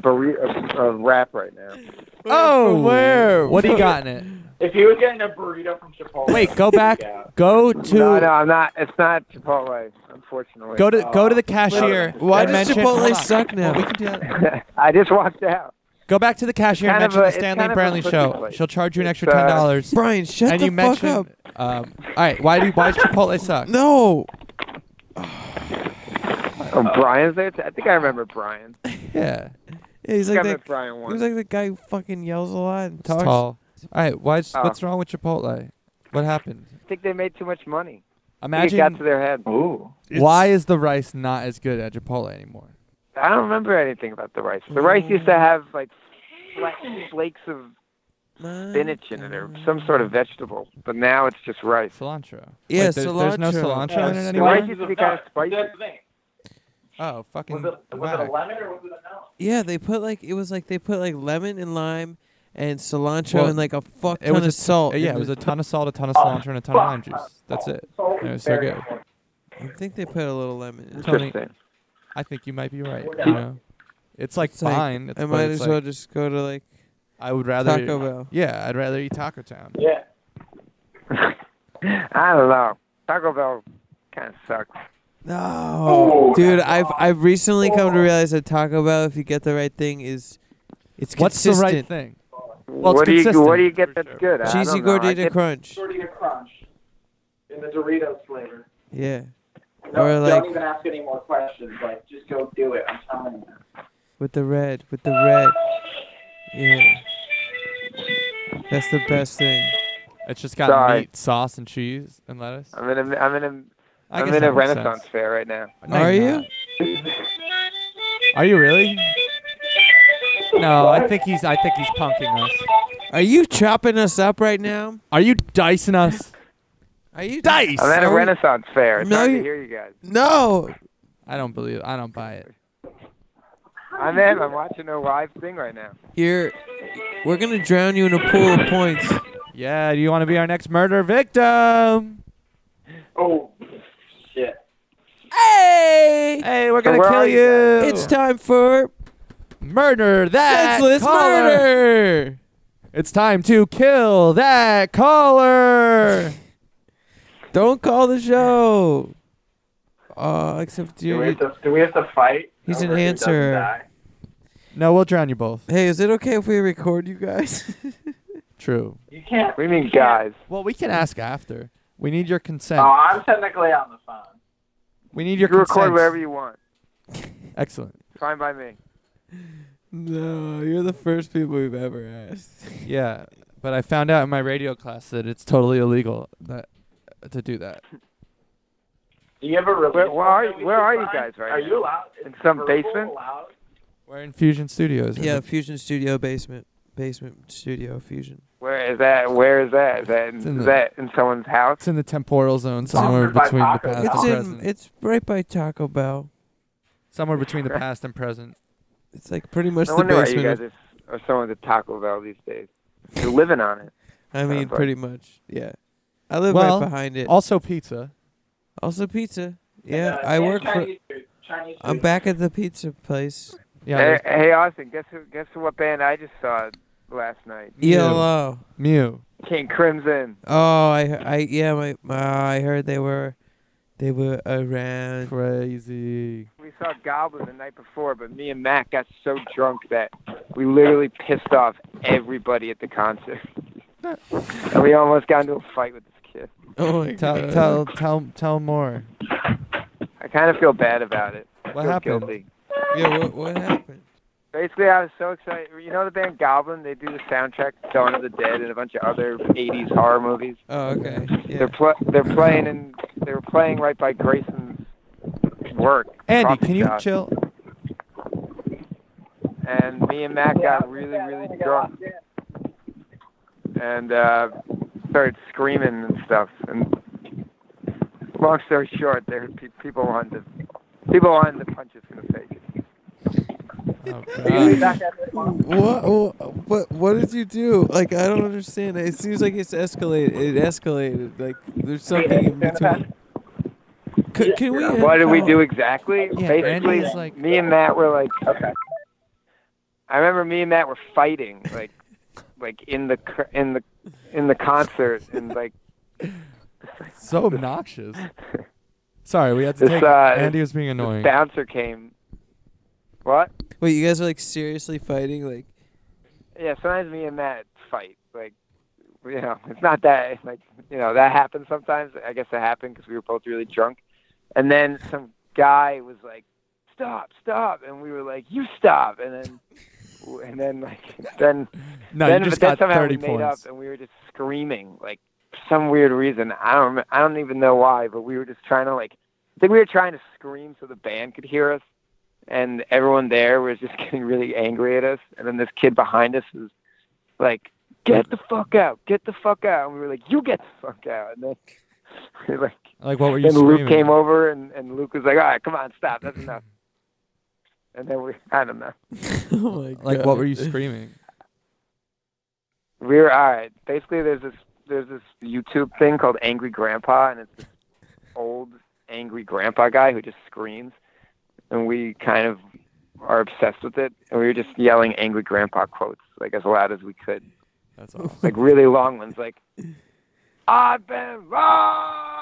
S6: burrito, a, a wrap right now.
S2: shit.
S1: Oh,
S2: where?
S1: what do you got in it?
S8: If he was getting a burrito from Chipotle,
S1: Wait, go back.
S8: Yeah.
S1: Go to
S6: No, no, I'm not. It's not Chipotle, unfortunately. Uh,
S1: go to go to the cashier.
S2: Why
S1: and
S2: does
S1: mention-
S2: Chipotle
S1: hold on.
S2: suck now?
S1: Well, we can do that.
S6: [LAUGHS] I just walked out.
S1: Go back to the cashier and
S6: kind
S1: mention
S6: of a-
S1: the
S6: it's
S1: Stanley
S6: kind of a
S1: Brantley
S6: pussy
S1: show.
S6: place.
S1: She'll charge you an
S6: It's,
S1: extra ten
S6: uh,
S1: dollars.
S2: Brian, shut
S1: and
S2: the
S1: you
S2: fuck
S1: mention,
S2: up.
S1: um, all right, why do you, why does Chipotle suck?
S2: No.
S6: Oh,
S2: Uh,
S6: Brian's there. too? I think I remember Brian. I
S1: Yeah,
S2: Yeah, he's
S6: think
S2: like
S6: I met
S2: that.
S6: Brian
S2: He was
S6: once.
S2: like the guy who fucking yells a lot and
S1: it's
S2: talks.
S1: tall. All right, why is,
S6: Oh.
S1: what's wrong with Chipotle? What happened?
S6: I think they made too much money. I think it got to
S1: Imagine
S6: their head.
S8: Ooh.
S1: why is the rice not as good at Chipotle anymore?
S6: I don't remember anything about the rice. The rice used to
S1: Mm.
S6: have like flat flakes of
S2: My
S6: spinach in it or
S2: God.
S6: some sort of vegetable, but now it's just rice.
S1: Cilantro.
S2: Yeah,
S1: Wait, there- There's no
S2: cilantro.
S1: cilantro in it
S2: Yeah,
S6: The rice
S1: anymore.
S6: used to be kind of spicy.
S8: That's the thing.
S1: Oh, fucking
S8: Was it, was it
S1: whack.
S8: a lemon or was it a melon?
S2: Yeah, they put like it was like they put like lemon and lime and cilantro
S1: Well,
S2: and like a fuck
S1: It
S2: ton
S1: was a
S2: of salt.
S1: Oh, Yeah,
S2: in
S1: it was
S2: the-
S1: a ton of salt, a ton of cilantro, and a ton of lime juice. That's it.
S8: Salt
S1: It
S8: is
S1: was so
S8: Oh, very
S1: good.
S8: important.
S2: I think they put a little lemon. in it.
S1: Tony,
S6: Interesting.
S1: I think you might be right.
S8: Yeah.
S1: You know? It's like
S2: It's like,
S1: fine. it's,
S2: I
S1: but
S2: might
S1: it's
S2: as
S1: like,
S2: well just go to like
S1: I would rather.
S2: Taco Bell.
S1: Yeah, I'd rather eat Taco Town.
S8: Yeah.
S6: I don't know.
S9: Taco Bell kind of sucks.
S2: No, dude, I've I've recently come to realize that Taco Bell, if you get the right thing, is it's
S1: What's the
S2: consistent.
S1: right thing? Well, it's
S9: what do you
S1: consistent,
S9: what do you
S1: for
S9: get that's
S1: sure.
S9: good? I
S2: Cheesy
S9: don't know. I
S2: gordita
S9: get-
S2: crunch.
S8: Tortilla crunch in the Doritos flavor.
S2: Yeah,
S8: No,
S2: Or like-
S8: don't even ask any more questions. Like, just go do it. I'm telling you.
S2: with the red, with the red. Yeah, that's the best thing.
S1: It's just got
S9: Sorry.
S1: meat, sauce, and cheese and lettuce.
S9: I'm in a I'm in a
S1: I
S9: I'm
S1: guess
S9: in
S1: that
S9: a
S1: makes sense.
S9: Renaissance fair right now.
S1: No,
S2: Are
S1: you're
S2: you?
S1: not. Are you really? No, I think he's. I think he's punking us.
S2: Are you chopping us up right now?
S1: Are you dicing us?
S2: Are you
S1: Dice.
S9: I'm at a
S2: Sorry.
S9: Renaissance fair. It's
S2: No,
S9: hard
S2: you-
S9: to hear you guys.
S2: No,
S1: I don't believe. I don't buy it.
S9: I'm in. I'm watching a live thing right now.
S2: you're. We're gonna drown you in a pool of points.
S1: Yeah. Do you want to be our next murder victim?
S8: Oh, shit.
S2: Hey,
S1: Hey, we're
S9: So
S1: gonna
S9: where
S1: kill
S9: are you
S1: you.
S2: it's time for
S1: murder that
S2: Senseless
S1: caller.
S2: murder.
S1: It's time to kill that caller.
S2: Don't call the show. Uh, except
S8: Do we
S2: you.
S8: have to, do we have to fight?
S2: He's an
S8: over who doesn't
S2: answerer.
S8: die?
S1: no, we'll drown you both.
S2: Hey, is it okay if we record you guys? [LAUGHS]
S1: True.
S8: You can't.
S9: What do you mean, guys?
S1: Well, we can ask after. We need your consent.
S8: Oh, I'm technically on the phone.
S1: we need
S9: Uh, You
S1: your
S9: can
S1: consent.
S9: record wherever you want.
S1: Excellent.
S9: Fine by me.
S2: no, you're the first people we've ever asked.
S1: Yeah, but I found out in my radio class that it's totally illegal that to do that.
S8: Do you ever release?
S9: Where- where are you-
S8: something we
S9: where
S8: can
S9: are you
S8: find?
S9: guys right
S8: Are
S9: now?
S8: you allowed?
S9: In
S8: is
S9: some
S8: verbal
S9: basement?
S8: allowed?
S1: We're in Fusion Studios.
S2: [LAUGHS] Yeah, Fusion Studio basement, basement studio Fusion.
S9: Where is that? Where is that? Is that in,
S1: It's in
S9: is
S1: the-
S9: that in someone's house?
S1: It's in the temporal zone, somewhere
S8: offered by
S1: between the
S8: Taco
S1: past
S8: Bell.
S2: It's
S1: and
S2: in.
S1: present.
S2: It's right by Taco Bell.
S1: somewhere between the past and present.
S2: It's like pretty much
S9: No
S2: the
S9: wonder why you
S2: basement.
S9: guys
S2: of-
S9: are, are someone's at Taco Bell these days. You're living on it.
S2: I mean,
S9: Sounds like-
S2: pretty much. Yeah. I live
S1: Well,
S2: right behind it.
S1: Also pizza.
S2: Also pizza. Yeah,
S8: Uh,
S2: I work for.
S8: Chinese Food, Chinese
S2: I'm
S8: food.
S2: back at the pizza place.
S1: Yeah.
S9: hey,
S1: there's
S9: hey, Austin, guess who? Guess what band I just saw last night?
S1: Mew.
S2: ELO.
S1: Mew.
S9: King Crimson.
S2: E Oh, I, he- I, yeah, my, my, I heard they were, they were around.
S1: Crazy.
S9: We saw Goblin the night before, but me and Matt got so drunk that we literally pissed off everybody at
S1: [LAUGHS]
S9: the concert, and we almost got into a fight with this kid.
S2: [LAUGHS] Oh my
S9: [LAUGHS]
S1: Tell
S2: god.
S1: tell tell tell more.
S9: I kind of feel bad about it. I
S1: What
S9: feel
S1: happened?
S9: Guilty.
S2: Yeah, what, what happened?
S9: Basically, I was so excited. You know the band Goblin? They do the soundtrack to Dawn of the Dead and a bunch of other 80s horror movies.
S2: Oh, okay. Yeah.
S9: They're pl- they're playing and they were playing right by Grayson's work.
S1: Andy,
S9: coffee
S1: can you
S9: shop. [LAUGHS]
S1: chill?
S9: And me and Matt got really really drunk and uh, started screaming and stuff. And long story short, there pe- people wanted to, people wanted to punch us in the face.
S1: Oh,
S2: Uh,
S1: God.
S2: what, what, what, what did you do? Like, I don't understand. It seems like it's escalated. It escalated. Like, there's something in between. Could, can we? end
S9: What did we
S2: now?
S9: do exactly?
S1: Yeah,
S9: Basically,
S1: Andy's like-
S9: me and Matt were like, I remember me and Matt were fighting, like, like in the cr- in the in the concert, and like
S1: so
S9: [LAUGHS]
S1: obnoxious. Sorry, we had to
S9: It's,
S1: take.
S9: uh,
S1: Andy was being
S9: the
S1: annoying.
S9: bouncer came. What?
S2: Wait, you guys are like seriously fighting? Like,
S9: Yeah, sometimes me and Matt fight. Like, you know, it's not that it's like you know that happens sometimes. I guess that happened because we were both really drunk, and then some guy was like, "Stop, stop," and we were like, "You stop," and then. And then, like, [LAUGHS] then
S1: no,
S9: then,
S1: you just
S9: but
S1: got
S9: then somehow
S1: thirty
S9: we made
S1: points.
S9: up and we were just screaming like for some weird reason. I don't remem- I don't even know why, but we were just trying to like I think we were trying to scream so the band could hear us, and everyone there was just [LAUGHS] getting really angry at us. And then this kid behind us was like, "Get the fuck out! Get the fuck out!" And we were like, "You get the fuck out!" And then [LAUGHS] we were like
S1: Like
S9: [LAUGHS]
S1: what were you
S9: then
S1: screaming?
S9: Luke came over and and Luke was like, "All right, come on, stop,
S1: [CLEARS THROAT]
S9: that's enough." And then we I don't know.
S2: [LAUGHS] oh my god.
S1: like what were
S9: [LAUGHS]
S1: you
S2: [LAUGHS]
S1: screaming?
S9: We were all right. Basically, there's this there's this YouTube thing called Angry Grandpa, and it's this old angry grandpa guy who just screams, and we kind of are obsessed with it. And we were just yelling Angry Grandpa quotes like as loud as we could,
S1: That's all.
S9: like really long ones, like "I've been wrong."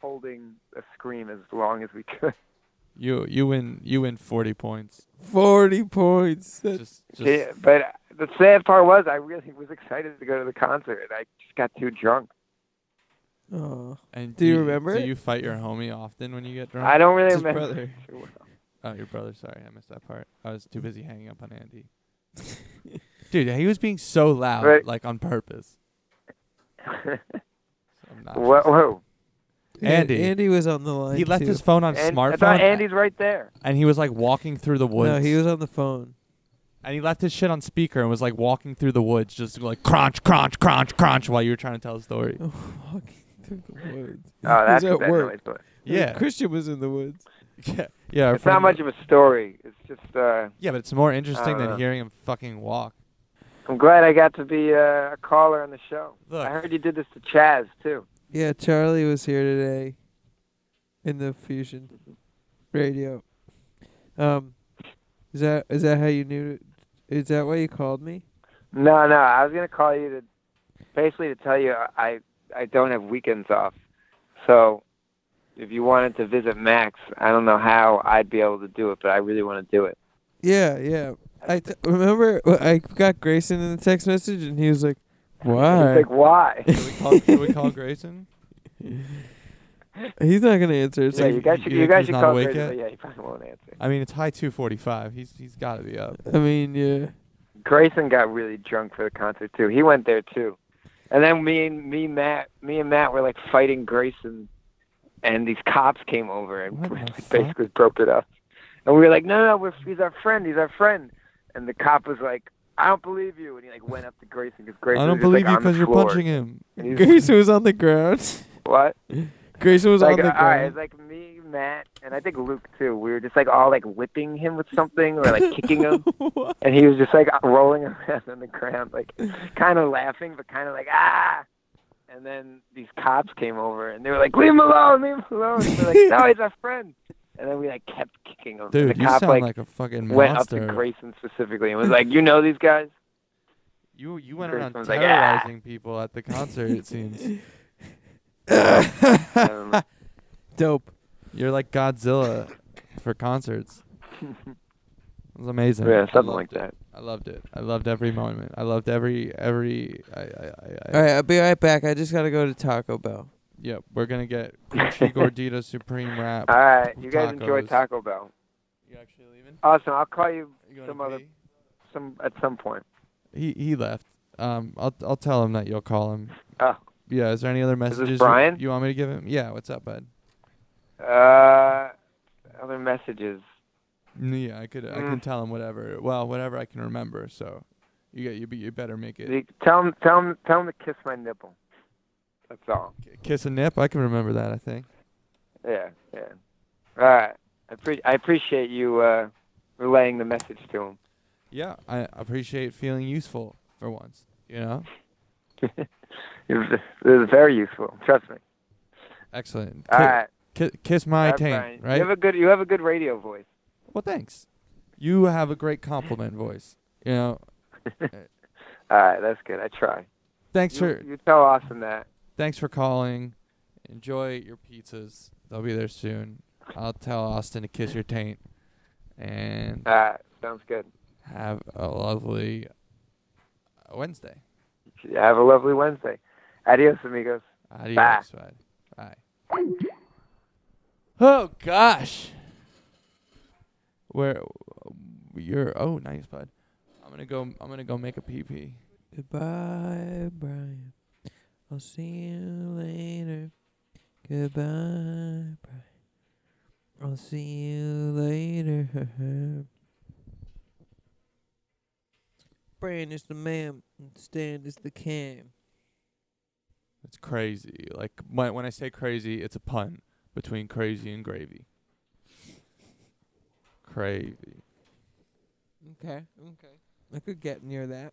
S9: holding a scream as long as we could.
S1: You you win you win forty points.
S2: 40 points. That's
S1: Just just
S9: Yeah, but the sad part was I really was excited to go to the concert. I just got too drunk.
S2: Oh.
S1: and
S2: Do you remember
S1: Do
S2: it?
S1: you fight your homie often when you get drunk?
S9: I don't really
S2: It's his
S9: remember.
S2: [LAUGHS]
S9: [LAUGHS]
S2: brother.
S9: too well.
S1: Oh, your brother. Sorry, I missed that part. I was too busy hanging up on
S2: [LAUGHS]
S1: Andy. Dude, he was being so loud,
S9: Right.
S1: like on
S9: [LAUGHS]
S1: purpose. So I'm not
S9: Whoa, whoa.
S2: Yeah,
S1: Andy.
S2: Andy was on the line.
S1: He left
S2: too.
S1: his phone on
S9: And, I
S1: smartphone,
S9: thought Andy's
S1: [LAUGHS]
S9: right there.
S1: and he was like walking through the woods.
S2: No, he was on the phone.
S1: and he left his shit on speaker and was like walking through the woods, just like crunch, crunch, crunch, crunch, while you were trying to tell a story.
S2: Oh, walking [LAUGHS] through the woods.
S9: Oh, that's
S2: he was
S9: what
S2: at
S9: that
S2: work.
S9: noise was.
S1: Yeah,
S2: Christian was in the woods.
S1: yeah, yeah. our
S9: It's
S1: friend-
S9: not much of a story. It's just uh,
S1: Yeah, but it's more interesting than
S9: Uh,
S1: hearing him fucking walk.
S9: I'm glad I got to be uh, a caller on the show.
S1: Look.
S9: I heard you did this to Chaz too.
S2: Yeah, Charlie was here today in the fusion radio. Um is that is that how you knew is that why you called me?
S9: No, no, I was gonna call you to basically to tell you uh, I I don't have weekends off. So if you wanted to visit Max, I don't know how I'd be able to do it, but I really want to do it.
S2: Yeah, yeah. I t- remember wh- I got Grayson in the text message and he was like, "Why?"
S1: [LAUGHS]
S9: Like why?
S1: Should we call, should we
S9: [LAUGHS]
S1: call Grayson?
S2: [LAUGHS] He's not going to answer.
S9: yeah,
S2: So
S9: you guys
S1: you
S9: should
S1: think
S9: you guys
S1: he's
S9: should
S1: not
S9: call
S1: awake
S9: Grayson,
S1: yet?
S9: but yeah, he probably won't answer.
S1: I mean, it's high two forty five. He's he's got to be up.
S2: I mean,
S9: [LAUGHS]
S2: yeah.
S9: Grayson got really drunk for the concert too. He went there too, and then me and me Matt, me and Matt were like fighting Grayson, and these cops came over and
S1: What the
S9: like,
S1: fuck?
S9: [LAUGHS] basically broke it up. And we were like, no, no, we're, he's our friend, he's our friend. And the cop was like, I don't believe you, and he like went up to Grayson because Grayson
S1: I don't
S9: was just,
S1: believe
S9: like,
S1: you
S9: on the
S1: because you're
S9: floor.
S1: punching him.
S9: And he's
S2: Grayson was on the ground.
S9: What?
S2: Grayson was
S9: like,
S2: on the
S9: all right,
S2: ground.
S9: it's like me, Matt, and I think Luke too. We were just like all like whipping him with something or like kicking
S1: [LAUGHS]
S2: [LAUGHS]
S9: him.
S2: What?
S9: and he was just like rolling [LAUGHS] around on the ground, like kind of laughing, but kind of like ah. And then these cops came over, and they were like, "Leave him alone, leave him alone." And They're like, "No, he's our friend." And then we like kept kicking him.
S1: Dude,
S9: and the
S1: you
S9: cop
S1: sound like,
S9: like,
S1: a fucking
S9: went
S1: monster.
S9: up to Grayson specifically and was like, "You know
S1: [LAUGHS]
S9: these guys?"
S1: you you went
S9: Grayson
S1: around
S9: was like, "Ah."
S1: terrorizing people at the concert. It
S9: [LAUGHS]
S1: seems
S9: Um,
S2: Dope.
S1: you're like Godzilla for
S9: [LAUGHS]
S1: concerts. It was amazing.
S9: yeah,
S1: I
S9: something
S1: loved
S9: like
S1: it.
S9: that.
S1: I loved it. I loved every moment. I loved every every. I I I. I
S2: All right, I'll be right back. I just got to go to Taco Bell.
S1: Yep, we're gonna
S9: [LAUGHS]
S1: get crunchy gordita supreme wrap.
S9: All right, you guys enjoy
S1: Tacos.
S9: Taco Bell.
S1: You actually leaving?
S9: Awesome. I'll call you
S1: You going
S9: Some other- some at some point.
S1: He he left. Um, I'll I'll tell him that you'll call him.
S9: Oh.
S1: Yeah. Is there any other
S9: this
S1: messages you-
S9: Brian?
S1: You, want me to give him? Yeah. What's up, bud?
S9: Uh, other messages.
S1: Mm, Yeah, I could I can
S9: Mm.
S1: tell him whatever. Well, whatever I can remember. So, you get you be you better make it.
S9: Tell him, tell him, tell him to kiss my nipple. That's all.
S1: Kiss and nip. I can remember that. I think.
S9: Yeah, yeah. All right. I, pre- I appreciate you uh, relaying the message to him. [LAUGHS]
S1: Yeah, I appreciate feeling useful for once. You know.
S9: It was, it was very useful. Trust me.
S1: Excellent.
S9: All right.
S1: Kiss, kiss my
S9: all right, Brian.
S1: taint. Right.
S9: You have a good. You have a good radio voice.
S1: well, thanks. You have a great compliment voice. You know.
S9: All right, that's good. I try.
S1: Thanks
S9: You,
S1: for
S9: you tell Austin that.
S1: thanks for calling. Enjoy your pizzas. They'll be there soon. I'll tell Austin to kiss your taint. And
S9: All right, sounds good.
S1: have a lovely Wednesday.
S9: Have a lovely Wednesday. Adios, amigos.
S1: Adios. Bye. Bye. Oh gosh. Where you're oh nice bud. I'm gonna go I'm gonna go make a pee pee.
S2: Goodbye, Brian. I'll see you later. Goodbye, Brian. I'll see you later. [LAUGHS] Brian is the man, and Stan is the cam.
S1: It's crazy. Like when when I say crazy, it's a pun between crazy and gravy. Crazy.
S2: Okay, okay. I could get near that.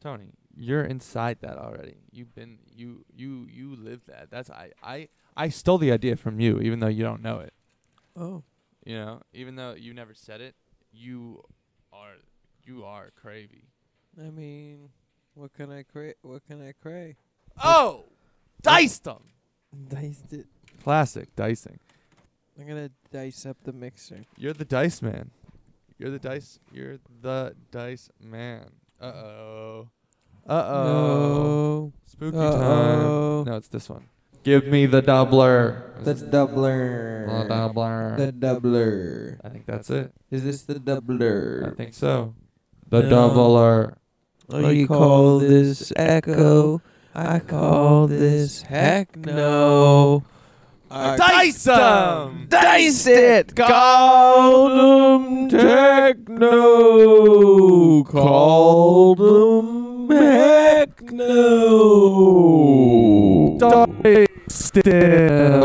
S1: Tony, you're inside that already. You've been you you you lived that. That's I I I stole the idea from you, even though you don't know it.
S2: Oh,
S1: You know, even though you never said it, you are you are cravy.
S2: I mean, what can I cray? What can I cray?
S1: Oh, diced them.
S2: Diced it.
S1: Classic dicing.
S2: I'm gonna dice up the mixer.
S1: You're the dice man. You're the dice. You're the dice man. Uh oh. Uh oh.
S2: No.
S1: Spooky
S2: Uh-oh.
S1: time. No, it's this one. Give me the doubler.
S2: The
S1: Is this the
S2: doubler.
S1: doubler.
S2: The doubler.
S1: I think that's it.
S2: Is this the
S1: I
S2: doubler?
S1: think so. The
S2: No.
S1: doubler.
S2: Oh, you call this echo? I call this heck no. I
S1: Dice 'em.
S2: Dice it! Call them techno! Call them heck no!
S1: Dice
S2: Dice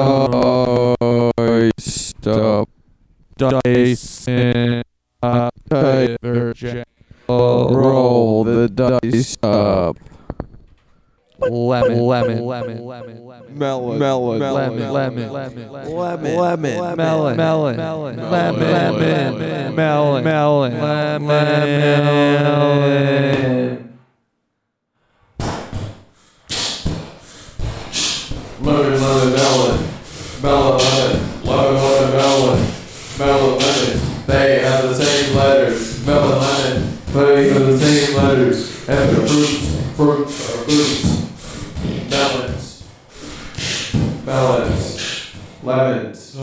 S2: up.
S1: Dice up.
S2: Tiger Roll the dice up.
S1: Lemon. Lemon. Lemon.
S2: Melon. Melon.
S1: Lemon. Lemon. Lemon. Melon. Melon. Melon. Lemon. Melon. Melon. Melon. uh,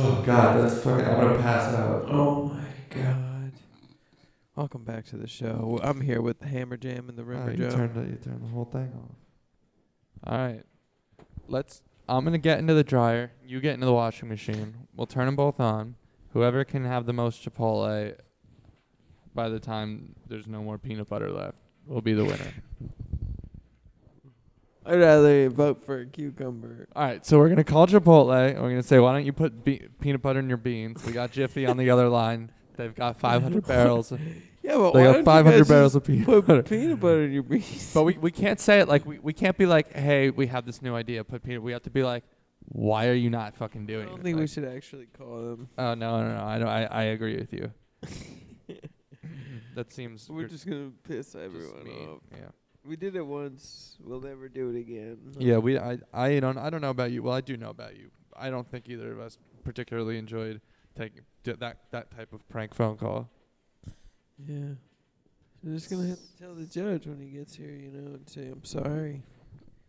S1: Oh God, that's fucking. I'm gonna pass out.
S2: Oh my god. Welcome back to the show. I'm here with Hammer Jam and the Rimmer
S1: Alright, you
S2: Joe.
S1: turned the, you turned the whole thing off. All right, let's. I'm gonna get into the dryer. You get into the washing machine. We'll turn them both on. Whoever can have the most Chipotle by the time there's no more peanut butter left will be the winner.
S2: I'd rather vote for a cucumber.
S1: All right, so we're gonna call Chipotle. And we're gonna say, why don't you put be- peanut butter in your beans? We got Jiffy on the other line. They've got 500 barrels. Of,
S2: Yeah, but
S1: they
S2: why
S1: got 500 barrels of peanut
S2: put
S1: butter.
S2: peanut
S1: [LAUGHS]
S2: butter in your beans?
S1: But we, we can't say it like we, we can't be like, hey, we have this new idea. Put Peter. We have to be like, why are you not fucking
S2: I
S1: doing
S2: don't
S1: it?
S2: think we
S1: Like,
S2: should actually call
S1: [LAUGHS]
S2: them.
S1: Oh no no no! I don't. I, I agree with you. that seems.
S2: [LAUGHS] We're
S1: gr-
S2: just gonna piss everyone
S1: mean,
S2: off.
S1: Yeah.
S2: We did it once. We'll never do it again.
S1: Yeah. We. I. I don't. I don't know about you. Well, I do know about you. I don't think either of us particularly enjoyed taking d- that that type of prank phone call.
S2: Yeah. You're just gonna have to tell the judge when he gets here, you know, and say I'm sorry.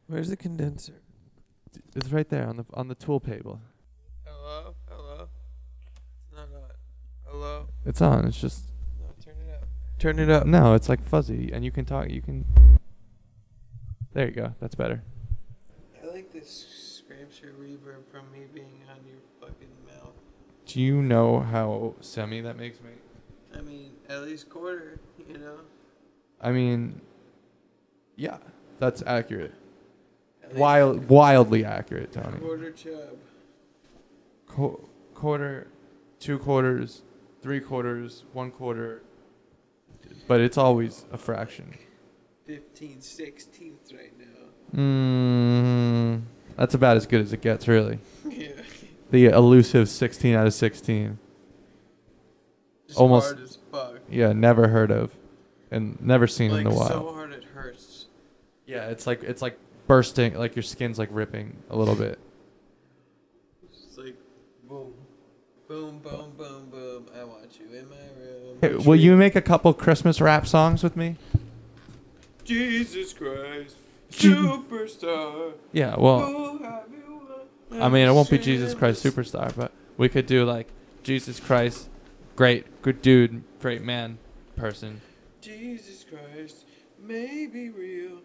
S2: Where's the condenser?
S1: It's right there on the on the tool table.
S2: Hello, hello. It's not on. Hello.
S1: It's on. It's just.
S2: No, turn it up. Turn it up.
S1: No, it's like fuzzy, and you can talk. You can. There you go. That's better.
S2: I like this scramshire reverb from me being on your fucking mouth.
S1: Do you know how semi that makes me?
S2: I mean, at least quarter, you know.
S1: I mean, yeah, that's accurate.
S2: At
S1: Wild, wildly accurate,
S2: least
S1: Tony.
S2: quarter chub.
S1: Qu- quarter, two quarters, three quarters, one quarter, but it's always a fraction.
S2: 15 16th right now. [LAUGHS]
S1: Mm, that's about as good as it gets, really.
S2: yeah.
S1: The elusive 16 out of 16.
S2: Just
S1: Almost-
S2: hard as fuck.
S1: Yeah, never heard of, and never seen
S2: Like
S1: in the wild.
S2: so hard it hurts.
S1: yeah, it's like it's like bursting, like your skin's like ripping a little bit.
S2: It's like boom. Boom, boom, boom, boom. I want you in my room.
S1: Hey, will you make a couple Christmas rap songs with me?
S2: Jesus Christ, superstar.
S1: Yeah, well,
S2: who have you
S1: I mean, it won't be Jesus
S2: sinned?
S1: Christ Superstar, but we could do like Jesus Christ, great, good dude, great man, person.
S2: Jesus Christ may be real.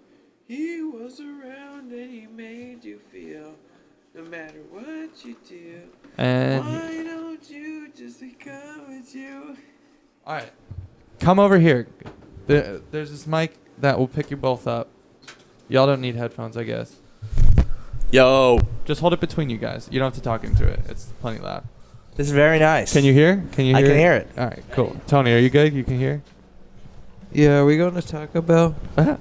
S2: He was around and he made you feel. No matter what you do,
S1: And
S2: why don't you just become with you?
S1: all right, come over here. There, there's this mic that will pick you both up. Y'all don't need headphones, I guess.
S10: Yo,
S1: Just hold it between you guys. You don't have to talk into it. It's plenty loud.
S10: this is very nice.
S1: Can you hear? Can you
S10: I
S1: hear?
S10: can hear it.
S1: All right, cool. Tony, are you good? You can hear? [LAUGHS]
S2: Yeah, are we going to Taco Bell?
S1: Uh-huh.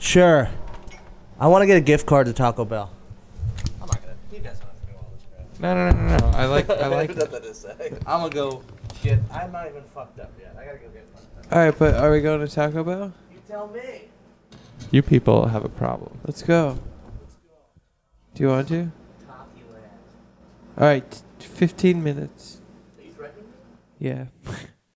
S10: Sure. I want to get a gift card to Taco Bell. I'm not gonna. He doesn't have to do all this crap.
S1: No, no, no, no, no. I like,
S10: [LAUGHS]
S1: I like. it.
S10: to say. I'm gonna go get. I'm not even fucked up yet. I gotta go get fucked up.
S2: All right, but are we going to Taco Bell?
S10: You tell me.
S1: You people have a problem.
S2: Let's go. Do you want to? All right, 15 minutes. Yeah. [LAUGHS]